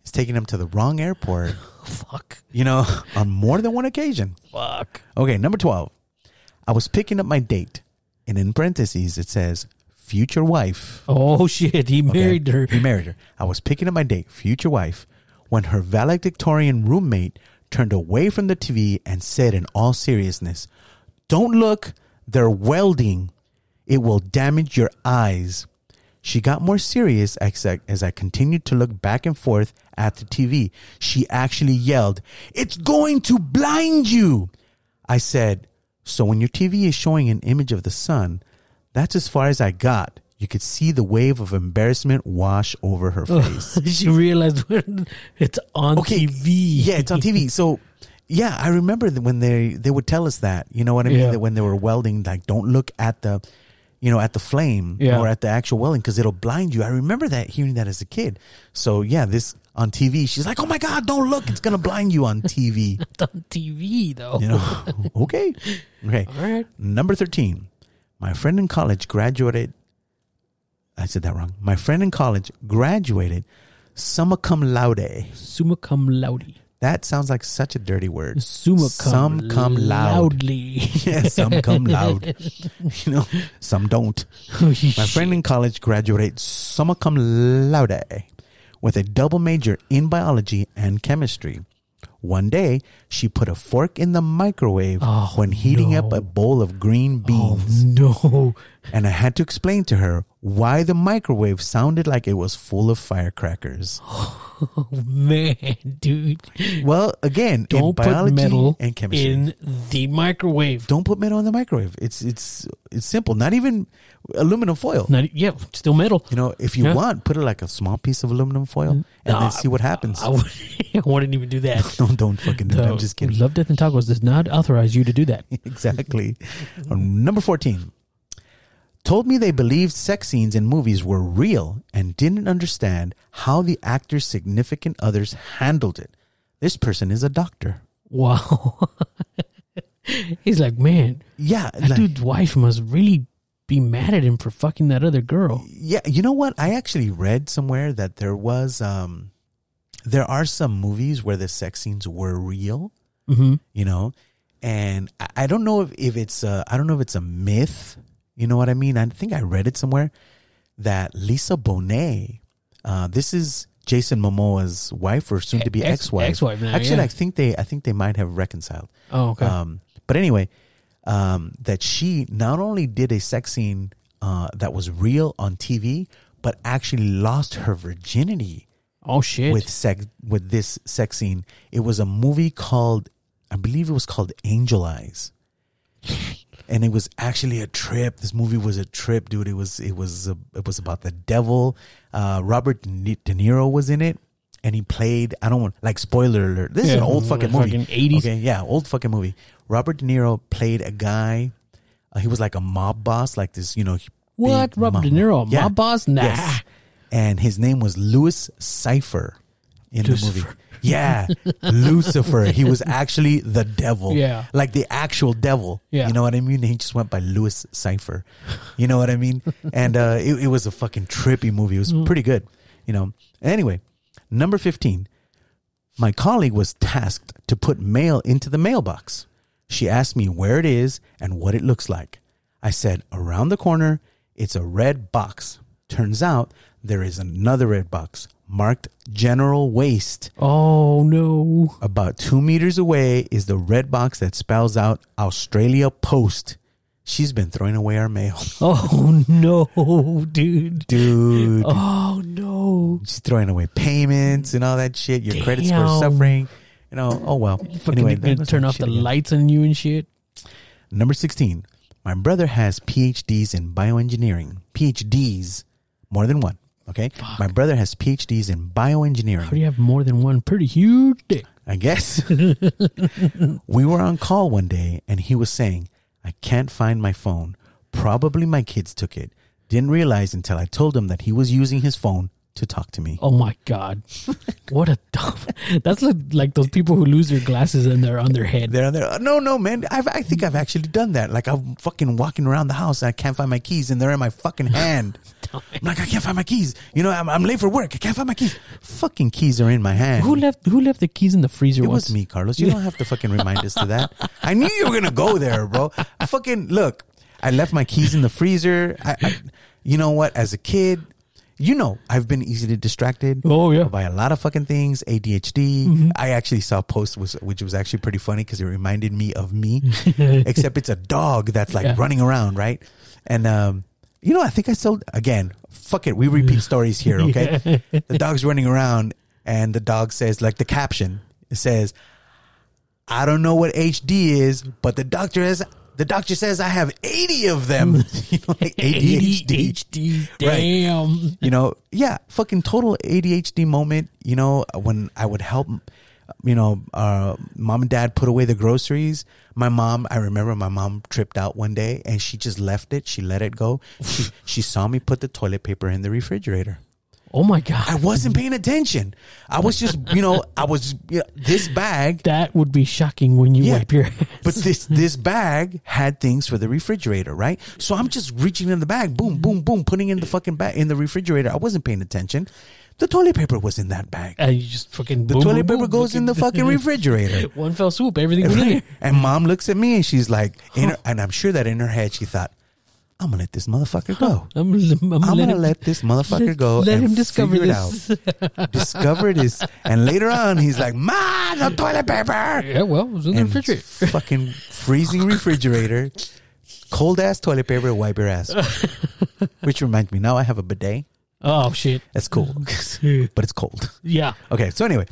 [SPEAKER 1] is taking them to the wrong airport.
[SPEAKER 2] Fuck.
[SPEAKER 1] You know, on more than one occasion.
[SPEAKER 2] Fuck.
[SPEAKER 1] Okay, number 12. I was picking up my date, and in parentheses, it says future wife.
[SPEAKER 2] Oh shit, he
[SPEAKER 1] Okay,
[SPEAKER 2] married her.
[SPEAKER 1] He married her. I was picking up my date, future wife, when her valedictorian roommate turned away from the TV and said in all seriousness, Don't look, they're welding. It will damage your eyes. She got more serious as I, as I continued to look back and forth at the TV. She actually yelled, It's going to blind you. I said, So when your TV is showing an image of the sun, that's as far as I got. You could see the wave of embarrassment wash over her face.
[SPEAKER 2] she realized it's on
[SPEAKER 1] Okay,
[SPEAKER 2] TV.
[SPEAKER 1] yeah, it's on TV. So, yeah, I remember that when they they would tell us that. You know what I mean?
[SPEAKER 2] Yeah.
[SPEAKER 1] That when they were welding, like don't look at the, you know, at the flame
[SPEAKER 2] Yeah.
[SPEAKER 1] or at the actual welding because it'll blind you. I remember that hearing that as a kid. So yeah, this on TV, she's like, "Oh my God, don't look! It's gonna blind you on TV."
[SPEAKER 2] It's on TV though.
[SPEAKER 1] You know, okay, okay.
[SPEAKER 2] All right.
[SPEAKER 1] Number 13. My friend in college graduated. I said that wrong. My friend in college graduated summa cum laude.
[SPEAKER 2] Summa cum laude.
[SPEAKER 1] That sounds like such a dirty word.
[SPEAKER 2] Summa cum
[SPEAKER 1] Some cum loud.
[SPEAKER 2] loudly.
[SPEAKER 1] Yeah, some come loud. You know, some don't.
[SPEAKER 2] Oh,
[SPEAKER 1] My friend in college graduated summa cum laude with a double major in biology and chemistry. One day, she put a fork in the microwave
[SPEAKER 2] Oh,
[SPEAKER 1] when heating up
[SPEAKER 2] no.
[SPEAKER 1] a bowl of green
[SPEAKER 2] Oh
[SPEAKER 1] beans.
[SPEAKER 2] no.
[SPEAKER 1] and I had to explain to her why the microwave sounded like it was full of firecrackers.
[SPEAKER 2] Oh man, dude.
[SPEAKER 1] Well, again, in
[SPEAKER 2] Don't put
[SPEAKER 1] biology
[SPEAKER 2] metal
[SPEAKER 1] and chemistry.
[SPEAKER 2] in the microwave.
[SPEAKER 1] don't put metal in the microwave. It's it's it's simple. Not even aluminum foil.
[SPEAKER 2] Not, e, yeah, still metal.
[SPEAKER 1] You know, if you
[SPEAKER 2] Yeah.
[SPEAKER 1] want, put it like a small piece of aluminum foil and
[SPEAKER 2] Nah,
[SPEAKER 1] then see what happens.
[SPEAKER 2] I, would, I wouldn't even do that.
[SPEAKER 1] don't don't fucking do it. I'm just kidding.
[SPEAKER 2] Love, Death, and Tacos does not authorize you to do that.
[SPEAKER 1] exactly. Number 14. Told me they believed sex scenes in movies were real and didn't understand how the actor's significant others handled it. This person is a doctor.
[SPEAKER 2] Wow. He's like, man,
[SPEAKER 1] Yeah,
[SPEAKER 2] that
[SPEAKER 1] like-
[SPEAKER 2] dude's wife must really be mad at him for fucking that other girl.
[SPEAKER 1] yeah. You know what? I actually read somewhere that there was, um, there are some movies where the sex scenes were real.
[SPEAKER 2] hmm
[SPEAKER 1] you know and I- i don't know if, if it's a, i don't know if it's a myth you know what i mean i think i read it somewhere that lisa bonet uh, this is jason momoa's wife or soon to be
[SPEAKER 2] Ex-
[SPEAKER 1] ex-wife
[SPEAKER 2] ex-wife now,
[SPEAKER 1] actually
[SPEAKER 2] yeah.
[SPEAKER 1] i think they i think they might have reconciled
[SPEAKER 2] Oh, okay.
[SPEAKER 1] um, but anyway um, that she not only did a sex scene uh, that was real on tv but actually lost her virginity
[SPEAKER 2] oh, shit.
[SPEAKER 1] with sex with this sex scene. It was a movie called I believe it was called Angel Eyes. And it was actually a trip. This movie was a trip, dude. It was it was uh, it was about the devil. Uh, Robert De De Niro was in it, and he played. I don't want like spoiler alert. This is
[SPEAKER 2] Yeah,
[SPEAKER 1] an old fucking movie,
[SPEAKER 2] fucking 80s.
[SPEAKER 1] Okay, yeah, old fucking movie. Robert De Niro played a guy. Uh, he was like a mob boss, like this. You know
[SPEAKER 2] what?
[SPEAKER 1] big
[SPEAKER 2] Robert De
[SPEAKER 1] mob-
[SPEAKER 2] Niro?
[SPEAKER 1] Yeah.
[SPEAKER 2] My boss? Nah.
[SPEAKER 1] Yes. Ah. And his name was Louis Cipher in the
[SPEAKER 2] Lucifer.
[SPEAKER 1] movie. Yeah, Lucifer. He was actually the devil.
[SPEAKER 2] Yeah.
[SPEAKER 1] Like the actual devil.
[SPEAKER 2] Yeah.
[SPEAKER 1] You know what I mean? He just went by Louis Cipher. You know what I mean? And uh, it, it was a fucking trippy movie. It was
[SPEAKER 2] Mm.
[SPEAKER 1] pretty good. You know? Anyway, number 15. My colleague was tasked to put mail into the mailbox. She asked me where it is and what it looks like. I said, around the corner, it's a red box. Turns out there is another red box marked general waste.
[SPEAKER 2] Oh, no.
[SPEAKER 1] About two meters away is the red box that spells out Australia Post. She's been throwing away our mail.
[SPEAKER 2] Oh, no, dude.
[SPEAKER 1] Dude,
[SPEAKER 2] Oh, no.
[SPEAKER 1] she's throwing away payments and all that shit. Your credit score
[SPEAKER 2] Damn.
[SPEAKER 1] is suffering. You know, oh well.
[SPEAKER 2] Fucking
[SPEAKER 1] that-
[SPEAKER 2] gonna turn off the
[SPEAKER 1] shit again.
[SPEAKER 2] lights on you and shit.
[SPEAKER 1] Number 16. My brother has PhDs in bioengineering. PhDs, more than one. Okay. My brother has PhDs in bioengineering.
[SPEAKER 2] How do you have more than one pretty huge dick?
[SPEAKER 1] I guess. we were on call one day and he was saying, I can't find my phone. Probably my kids took it. Didn't realize until I told him that he was using his phone to talk to me.
[SPEAKER 2] Oh my god, what a dumb! That's like, like those people who lose their glasses and they're on their head.
[SPEAKER 1] They're there. No, no, man. I've, I think I've actually done that. Like I'm fucking walking around the house and I can't find my keys, and they're in my fucking hand. I'm like, I can't find my keys. You know, I'm, I'm late for work. I can't find my keys. Fucking keys are in my hand.
[SPEAKER 2] Who left Who left the keys in the freezer?
[SPEAKER 1] It
[SPEAKER 2] once?
[SPEAKER 1] was me, Carlos. You don't have to fucking remind us to that. I knew you were gonna go there, bro. I fucking look. I left my keys in the freezer. I, I you know what? As a kid, you know I've been easily distracted.
[SPEAKER 2] Oh, yeah. Mm-hmm.
[SPEAKER 1] by a lot of fucking things. ADHD. I actually saw a post was, which was actually pretty funny because it reminded me of me, except it's a dog that's like
[SPEAKER 2] Yeah.
[SPEAKER 1] running around, right? And um, you know, I think I sold again. Fuck it, we repeat stories here, okay? The dog's running around, and the dog says, like the caption it says, "I don't know what HD is, but the doctor is." The doctor says I have eighty of them. you know, like ADHD.
[SPEAKER 2] ADHD.
[SPEAKER 1] Right.
[SPEAKER 2] Damn.
[SPEAKER 1] you know, yeah, fucking total ADHD moment. You know, when I would help, you know, uh, mom and dad put away the groceries. My mom, I remember my mom tripped out one day and she just left it. She let it go. She, she saw me put the toilet paper in the refrigerator.
[SPEAKER 2] Oh my god,
[SPEAKER 1] I wasn't paying attention. I was just, you know, I was you know, this bag
[SPEAKER 2] that would be shocking when you
[SPEAKER 1] Yeah.
[SPEAKER 2] wipe your.
[SPEAKER 1] but this this bag had things for the refrigerator, right? So I'm just reaching in the bag, boom, boom, boom, putting in the fucking bag in the refrigerator. I wasn't paying attention. The toilet paper was in that bag.
[SPEAKER 2] And you just fucking.
[SPEAKER 1] The toilet paper goes in the fucking refrigerator.
[SPEAKER 2] One fell swoop. Everything went in there.
[SPEAKER 1] Right? And mom looks at me and she's like, in her, and I'm sure that in her head she thought, I'm gonna let this motherfucker go.
[SPEAKER 2] I'm, I'm,
[SPEAKER 1] I'm
[SPEAKER 2] let
[SPEAKER 1] gonna
[SPEAKER 2] him-
[SPEAKER 1] let this motherfucker
[SPEAKER 2] let-
[SPEAKER 1] go.
[SPEAKER 2] let
[SPEAKER 1] and
[SPEAKER 2] him discover
[SPEAKER 1] figure
[SPEAKER 2] this.
[SPEAKER 1] It out. discover this, and later on, he's like, "Ma, no toilet paper."
[SPEAKER 2] Yeah, well, it was in the
[SPEAKER 1] and
[SPEAKER 2] refrigerator.
[SPEAKER 1] fucking freezing refrigerator, cold ass toilet paper to wipe your ass. with. Which reminds me, now I have a bidet.
[SPEAKER 2] Oh shit.
[SPEAKER 1] That's cool, but it's cold.
[SPEAKER 2] Yeah.
[SPEAKER 1] Okay, so anyway,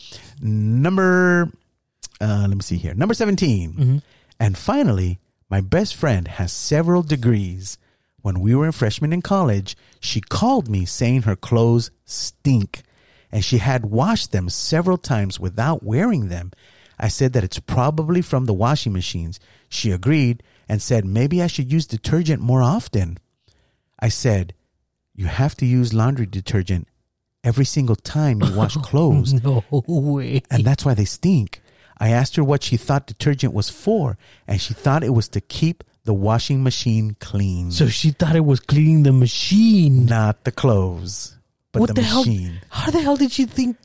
[SPEAKER 1] number, uh, let me see here, number 17 and finally, my best friend has several degrees. When we were a freshman in college, she called me saying her clothes stink, and she had washed them several times without wearing them. I said that it's probably from the washing machines. She agreed and said maybe I should use detergent more often. I said, You have to use laundry detergent every single time you wash clothes,
[SPEAKER 2] No way.
[SPEAKER 1] and that's why they stink. I asked her what she thought detergent was for, and she thought it was to keep the washing machine clean,
[SPEAKER 2] So she thought it was cleaning the machine.
[SPEAKER 1] not the clothes, but
[SPEAKER 2] what
[SPEAKER 1] the,
[SPEAKER 2] the, hell?
[SPEAKER 1] machine.
[SPEAKER 2] How the hell did she think?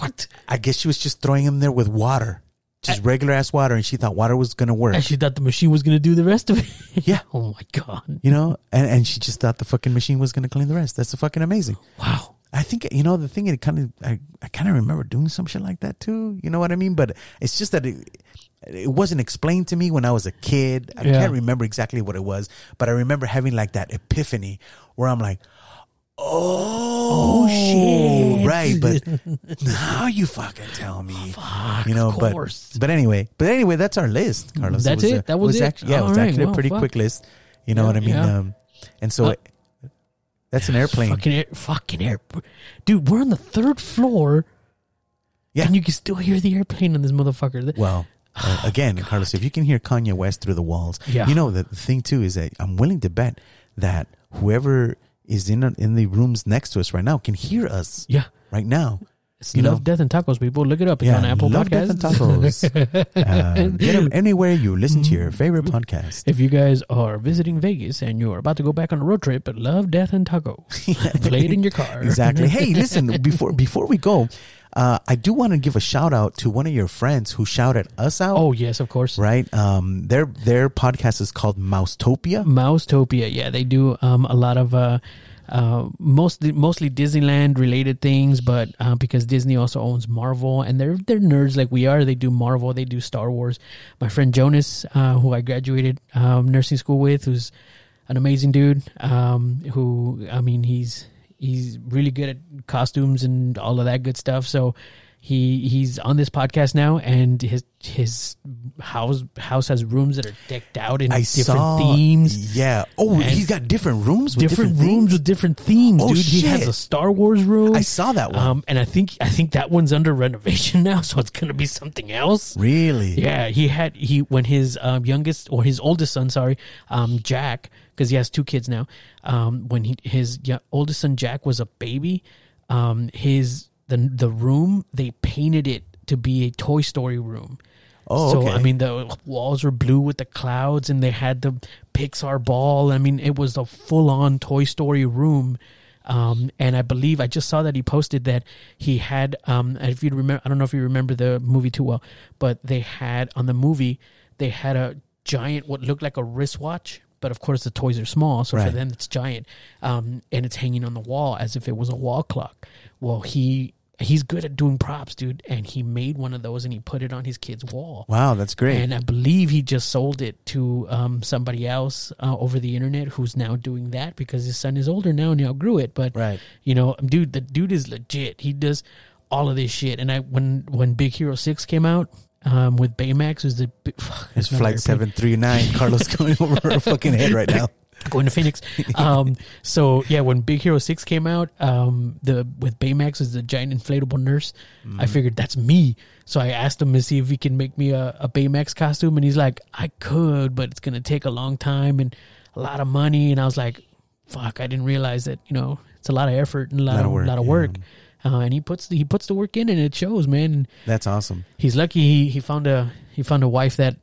[SPEAKER 2] What?
[SPEAKER 1] I guess she was just throwing them there with water, just regular ass water, and she thought water was gonna work.
[SPEAKER 2] And she thought the machine was going to do the rest of it.
[SPEAKER 1] Yeah.
[SPEAKER 2] Oh my god.
[SPEAKER 1] you know, and, and she just thought the fucking machine was gonna clean the rest. That's fucking amazing.
[SPEAKER 2] Wow.
[SPEAKER 1] I think you know the thing. It kind of I, I kind of remember doing some shit like that too. You know what I mean? But it's just that it, it wasn't explained to me when I was a kid. I
[SPEAKER 2] Yeah.
[SPEAKER 1] can't remember exactly what it was, but I remember having like that epiphany where I'm like, "Oh,
[SPEAKER 2] shit.
[SPEAKER 1] Right, but now you fucking tell me,
[SPEAKER 2] Fuck,
[SPEAKER 1] you know.
[SPEAKER 2] Ah, of
[SPEAKER 1] But
[SPEAKER 2] course.
[SPEAKER 1] but anyway, but anyway, that's our list, Carlos.
[SPEAKER 2] That's it?
[SPEAKER 1] a-
[SPEAKER 2] That was it?
[SPEAKER 1] Actually, yeah, it was
[SPEAKER 2] All right,
[SPEAKER 1] actually
[SPEAKER 2] wow,
[SPEAKER 1] a pretty
[SPEAKER 2] fuck.
[SPEAKER 1] quick list. You know
[SPEAKER 2] Yeah,
[SPEAKER 1] what I mean?
[SPEAKER 2] yeah.
[SPEAKER 1] Um, and so.
[SPEAKER 2] Uh,
[SPEAKER 1] that's an airplane.
[SPEAKER 2] Fucking air. Fucking air. Dude, we're on the third floor.
[SPEAKER 1] Yeah.
[SPEAKER 2] And you can still hear the airplane on this motherfucker. Th-
[SPEAKER 1] Well, uh, again, Carlos, if you can hear Kanye West through the walls,
[SPEAKER 2] Oh, Yeah.
[SPEAKER 1] you know the, the thing too is that I'm willing to bet that whoever is in in the rooms next to us right now can hear us
[SPEAKER 2] Yeah.
[SPEAKER 1] right now.
[SPEAKER 2] It's
[SPEAKER 1] You
[SPEAKER 2] Love,
[SPEAKER 1] know?
[SPEAKER 2] Death, and Tacos, people. Look it up. It's on Apple
[SPEAKER 1] Love Death
[SPEAKER 2] Podcasts.
[SPEAKER 1] and Tacos. um, get 'em anywhere you listen to your favorite
[SPEAKER 2] Mm.
[SPEAKER 1] podcast.
[SPEAKER 2] If you guys are visiting Vegas and you're about to go back on a road trip, but love, death, and taco, play it in your car.
[SPEAKER 1] Exactly. Hey, listen, before before we go, uh, I do want to give a shout out to one of your friends who shouted us out.
[SPEAKER 2] Oh yes, of course.
[SPEAKER 1] Right. Um, their their podcast is called Mousetopia.
[SPEAKER 2] Mousetopia. Yeah, they do um, a lot of uh, uh, mostly mostly Disneyland related things, but uh, because Disney also owns Marvel, and they're they're nerds like we are. They do Marvel, they do Star Wars. My friend Jonas, uh, who I graduated um, nursing school with, who's an amazing dude. Um, who I mean, he's he's really good at costumes and all of that good stuff. So. He, he's on this podcast now, and his his house house has rooms that are decked out in
[SPEAKER 1] I
[SPEAKER 2] different
[SPEAKER 1] saw,
[SPEAKER 2] themes
[SPEAKER 1] Yeah. Oh,
[SPEAKER 2] And-
[SPEAKER 1] he's got different rooms. With
[SPEAKER 2] different,
[SPEAKER 1] different,
[SPEAKER 2] rooms with different themes,
[SPEAKER 1] Oh,
[SPEAKER 2] dude. He has
[SPEAKER 1] shit.
[SPEAKER 2] a Star Wars room.
[SPEAKER 1] I saw that one.
[SPEAKER 2] Um, and I think I think that one's under renovation now, so it's gonna be something else.
[SPEAKER 1] really?
[SPEAKER 2] Yeah, he had he when his um, youngest or his oldest son, sorry, um, Jack, because he has two kids now. Um, when he his yo- oldest son Jack was a baby, um, his the the room they painted it to be a Toy Story room.
[SPEAKER 1] Oh,
[SPEAKER 2] so
[SPEAKER 1] okay.
[SPEAKER 2] I mean the walls were blue with the clouds, and they had the Pixar ball. I mean it was a full on Toy Story room. Um, and I believe I just saw that he posted that he had. Um, if you remember, I don't know if you remember the movie too well, but they had on the movie they had a giant what looked like a wristwatch, but of course the toys are small, so for
[SPEAKER 1] Right.
[SPEAKER 2] them it's giant, um, and it's hanging on the wall as if it was a wall clock. Well, he he's good at doing props, dude, and he made one of those and he put it on his kid's wall.
[SPEAKER 1] Wow, that's great.
[SPEAKER 2] And I believe he just sold it to um, somebody else uh, over the internet who's now doing that because his son is older now and he outgrew it. But
[SPEAKER 1] Right.
[SPEAKER 2] you know, dude, the dude is legit. He does all of this shit. And I when when Big Hero Six came out um, with Baymax was the
[SPEAKER 1] It's flight seven three nine. Carlos going over her fucking head right now.
[SPEAKER 2] going to Phoenix. Um, so yeah, when Big Hero Six came out, um, the with Baymax as the giant inflatable nurse,
[SPEAKER 1] Mm-hmm.
[SPEAKER 2] I figured that's me. So I asked him to see if he can make me a, a Baymax costume, and he's like, I could, but it's gonna take a long time and a lot of money. And I was like, fuck, I didn't realize that you know it's a lot of effort and a lot, of, work. Lot of
[SPEAKER 1] yeah.
[SPEAKER 2] work. Uh, and he puts the, he puts the work in, and it shows, man. And
[SPEAKER 1] That's awesome.
[SPEAKER 2] he's lucky he, he found a he found a wife that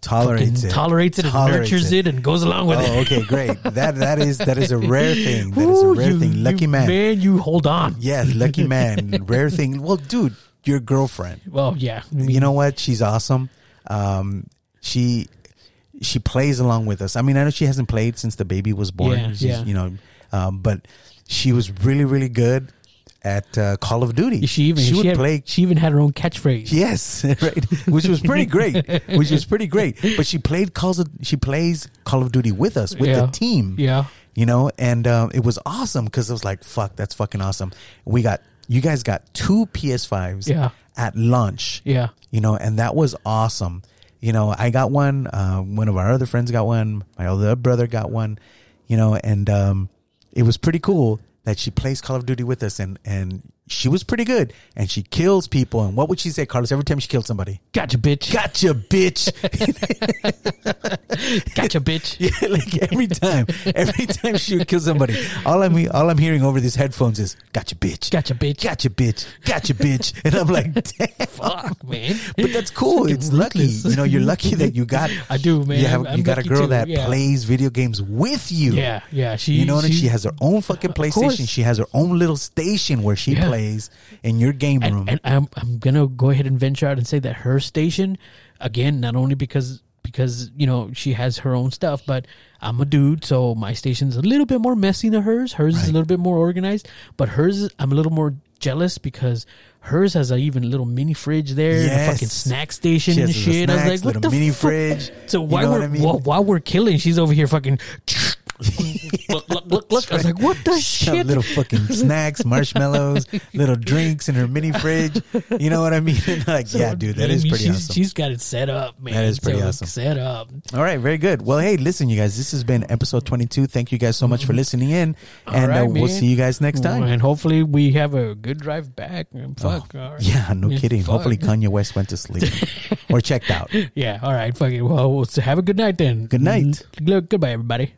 [SPEAKER 1] Tolerates
[SPEAKER 2] fucking
[SPEAKER 1] it.
[SPEAKER 2] tolerates it and
[SPEAKER 1] Tolerates
[SPEAKER 2] nurtures it. and goes along with it.
[SPEAKER 1] Oh, okay, great. That that is that is a rare thing. That is a
[SPEAKER 2] Ooh,
[SPEAKER 1] rare
[SPEAKER 2] you-
[SPEAKER 1] thing. Lucky
[SPEAKER 2] you-
[SPEAKER 1] man.
[SPEAKER 2] Man, you hold on.
[SPEAKER 1] Yes, lucky man. rare thing. Well, dude, your girlfriend.
[SPEAKER 2] Well, yeah. I mean,
[SPEAKER 1] You know what? She's awesome. Um, she she plays along with us. I mean, I know she hasn't played since the baby was born.
[SPEAKER 2] Yeah,
[SPEAKER 1] She's,
[SPEAKER 2] yeah.
[SPEAKER 1] You know, um, but she was really really good at uh, Call of Duty.
[SPEAKER 2] she even
[SPEAKER 1] she,
[SPEAKER 2] she,
[SPEAKER 1] would
[SPEAKER 2] had,
[SPEAKER 1] play.
[SPEAKER 2] she even had her own catchphrase.
[SPEAKER 1] Yes, right. Which was pretty great. Which was pretty great. But she played calls. Of, she plays Call of Duty with us with
[SPEAKER 2] Yeah.
[SPEAKER 1] the team.
[SPEAKER 2] Yeah.
[SPEAKER 1] you know, and um, it was awesome because it was like, fuck, that's fucking awesome. We got you guys got two PS5s
[SPEAKER 2] Yeah.
[SPEAKER 1] at launch.
[SPEAKER 2] Yeah.
[SPEAKER 1] you know, and that was awesome. You know, I got one. Uh, one of our other friends got one. My older brother got one. You know, and um, it was pretty cool that she plays Call of Duty with us, and and she was pretty good, and she kills people. And what would she say, Carlos? Every time she killed somebody,
[SPEAKER 2] Gotcha, bitch.
[SPEAKER 1] gotcha, bitch.
[SPEAKER 2] Gotcha, bitch.
[SPEAKER 1] Yeah, like every time, every time she would kill somebody, all I'm all I'm hearing over these headphones is "Gotcha, bitch!
[SPEAKER 2] Gotcha, bitch.
[SPEAKER 1] Gotcha, bitch! Gotcha, bitch!" And I'm like, "Damn!"
[SPEAKER 2] Fuck, man.
[SPEAKER 1] But that's cool.
[SPEAKER 2] Fucking
[SPEAKER 1] It's lucky.
[SPEAKER 2] ruthless.
[SPEAKER 1] You know, you're lucky that you got.
[SPEAKER 2] I do, man.
[SPEAKER 1] You have
[SPEAKER 2] I'm- I'm
[SPEAKER 1] you got a
[SPEAKER 2] lucky
[SPEAKER 1] girl
[SPEAKER 2] too,
[SPEAKER 1] that
[SPEAKER 2] yeah.
[SPEAKER 1] plays video games with you.
[SPEAKER 2] Yeah, yeah. She,
[SPEAKER 1] You know what I mean?
[SPEAKER 2] she-
[SPEAKER 1] She has her own fucking
[SPEAKER 2] course.
[SPEAKER 1] PlayStation. She has her own little station where she
[SPEAKER 2] Yeah.
[SPEAKER 1] plays in your game room.
[SPEAKER 2] and, and I'm I'm gonna go ahead and venture out and say that her station, again, not only because because you know she has her own stuff, but I'm a dude, so my station's a little bit more messy than hers. Hers is a little bit more organized, but hers is- I'm a little more jealous because hers has a even little mini fridge there, and a fucking
[SPEAKER 1] Yes.
[SPEAKER 2] snack station
[SPEAKER 1] she has
[SPEAKER 2] and
[SPEAKER 1] little
[SPEAKER 2] shit. I was
[SPEAKER 1] snacks,
[SPEAKER 2] like, what
[SPEAKER 1] little
[SPEAKER 2] the
[SPEAKER 1] mini
[SPEAKER 2] fuck?
[SPEAKER 1] fridge.
[SPEAKER 2] So
[SPEAKER 1] You
[SPEAKER 2] while
[SPEAKER 1] know what
[SPEAKER 2] we're
[SPEAKER 1] I mean?
[SPEAKER 2] while, while we're killing, she's over here fucking. look, look, look, look. I was like, what the
[SPEAKER 1] She's got
[SPEAKER 2] shit?
[SPEAKER 1] Little fucking snacks, marshmallows, little drinks in her mini fridge. You know what I mean? like, yeah, dude, that
[SPEAKER 2] I
[SPEAKER 1] is
[SPEAKER 2] mean,
[SPEAKER 1] pretty
[SPEAKER 2] she's-
[SPEAKER 1] awesome.
[SPEAKER 2] She's got it set up, man.
[SPEAKER 1] That is pretty
[SPEAKER 2] So,
[SPEAKER 1] awesome.
[SPEAKER 2] Set up.
[SPEAKER 1] All right, very good. Well, hey, listen, you guys, this has been episode 22. Thank you guys so much for listening in, and
[SPEAKER 2] right,
[SPEAKER 1] uh, we'll
[SPEAKER 2] man.
[SPEAKER 1] see you guys next time.
[SPEAKER 2] And hopefully we have a good drive back.
[SPEAKER 1] Oh.
[SPEAKER 2] Fuck. all right.
[SPEAKER 1] Yeah, no
[SPEAKER 2] Yeah,
[SPEAKER 1] kidding.
[SPEAKER 2] fuck.
[SPEAKER 1] Hopefully, Kanye West went to sleep or checked out.
[SPEAKER 2] Yeah. All right. Fuck it. Well, we'll have a good night then.
[SPEAKER 1] Good night.
[SPEAKER 2] Look, goodbye, everybody.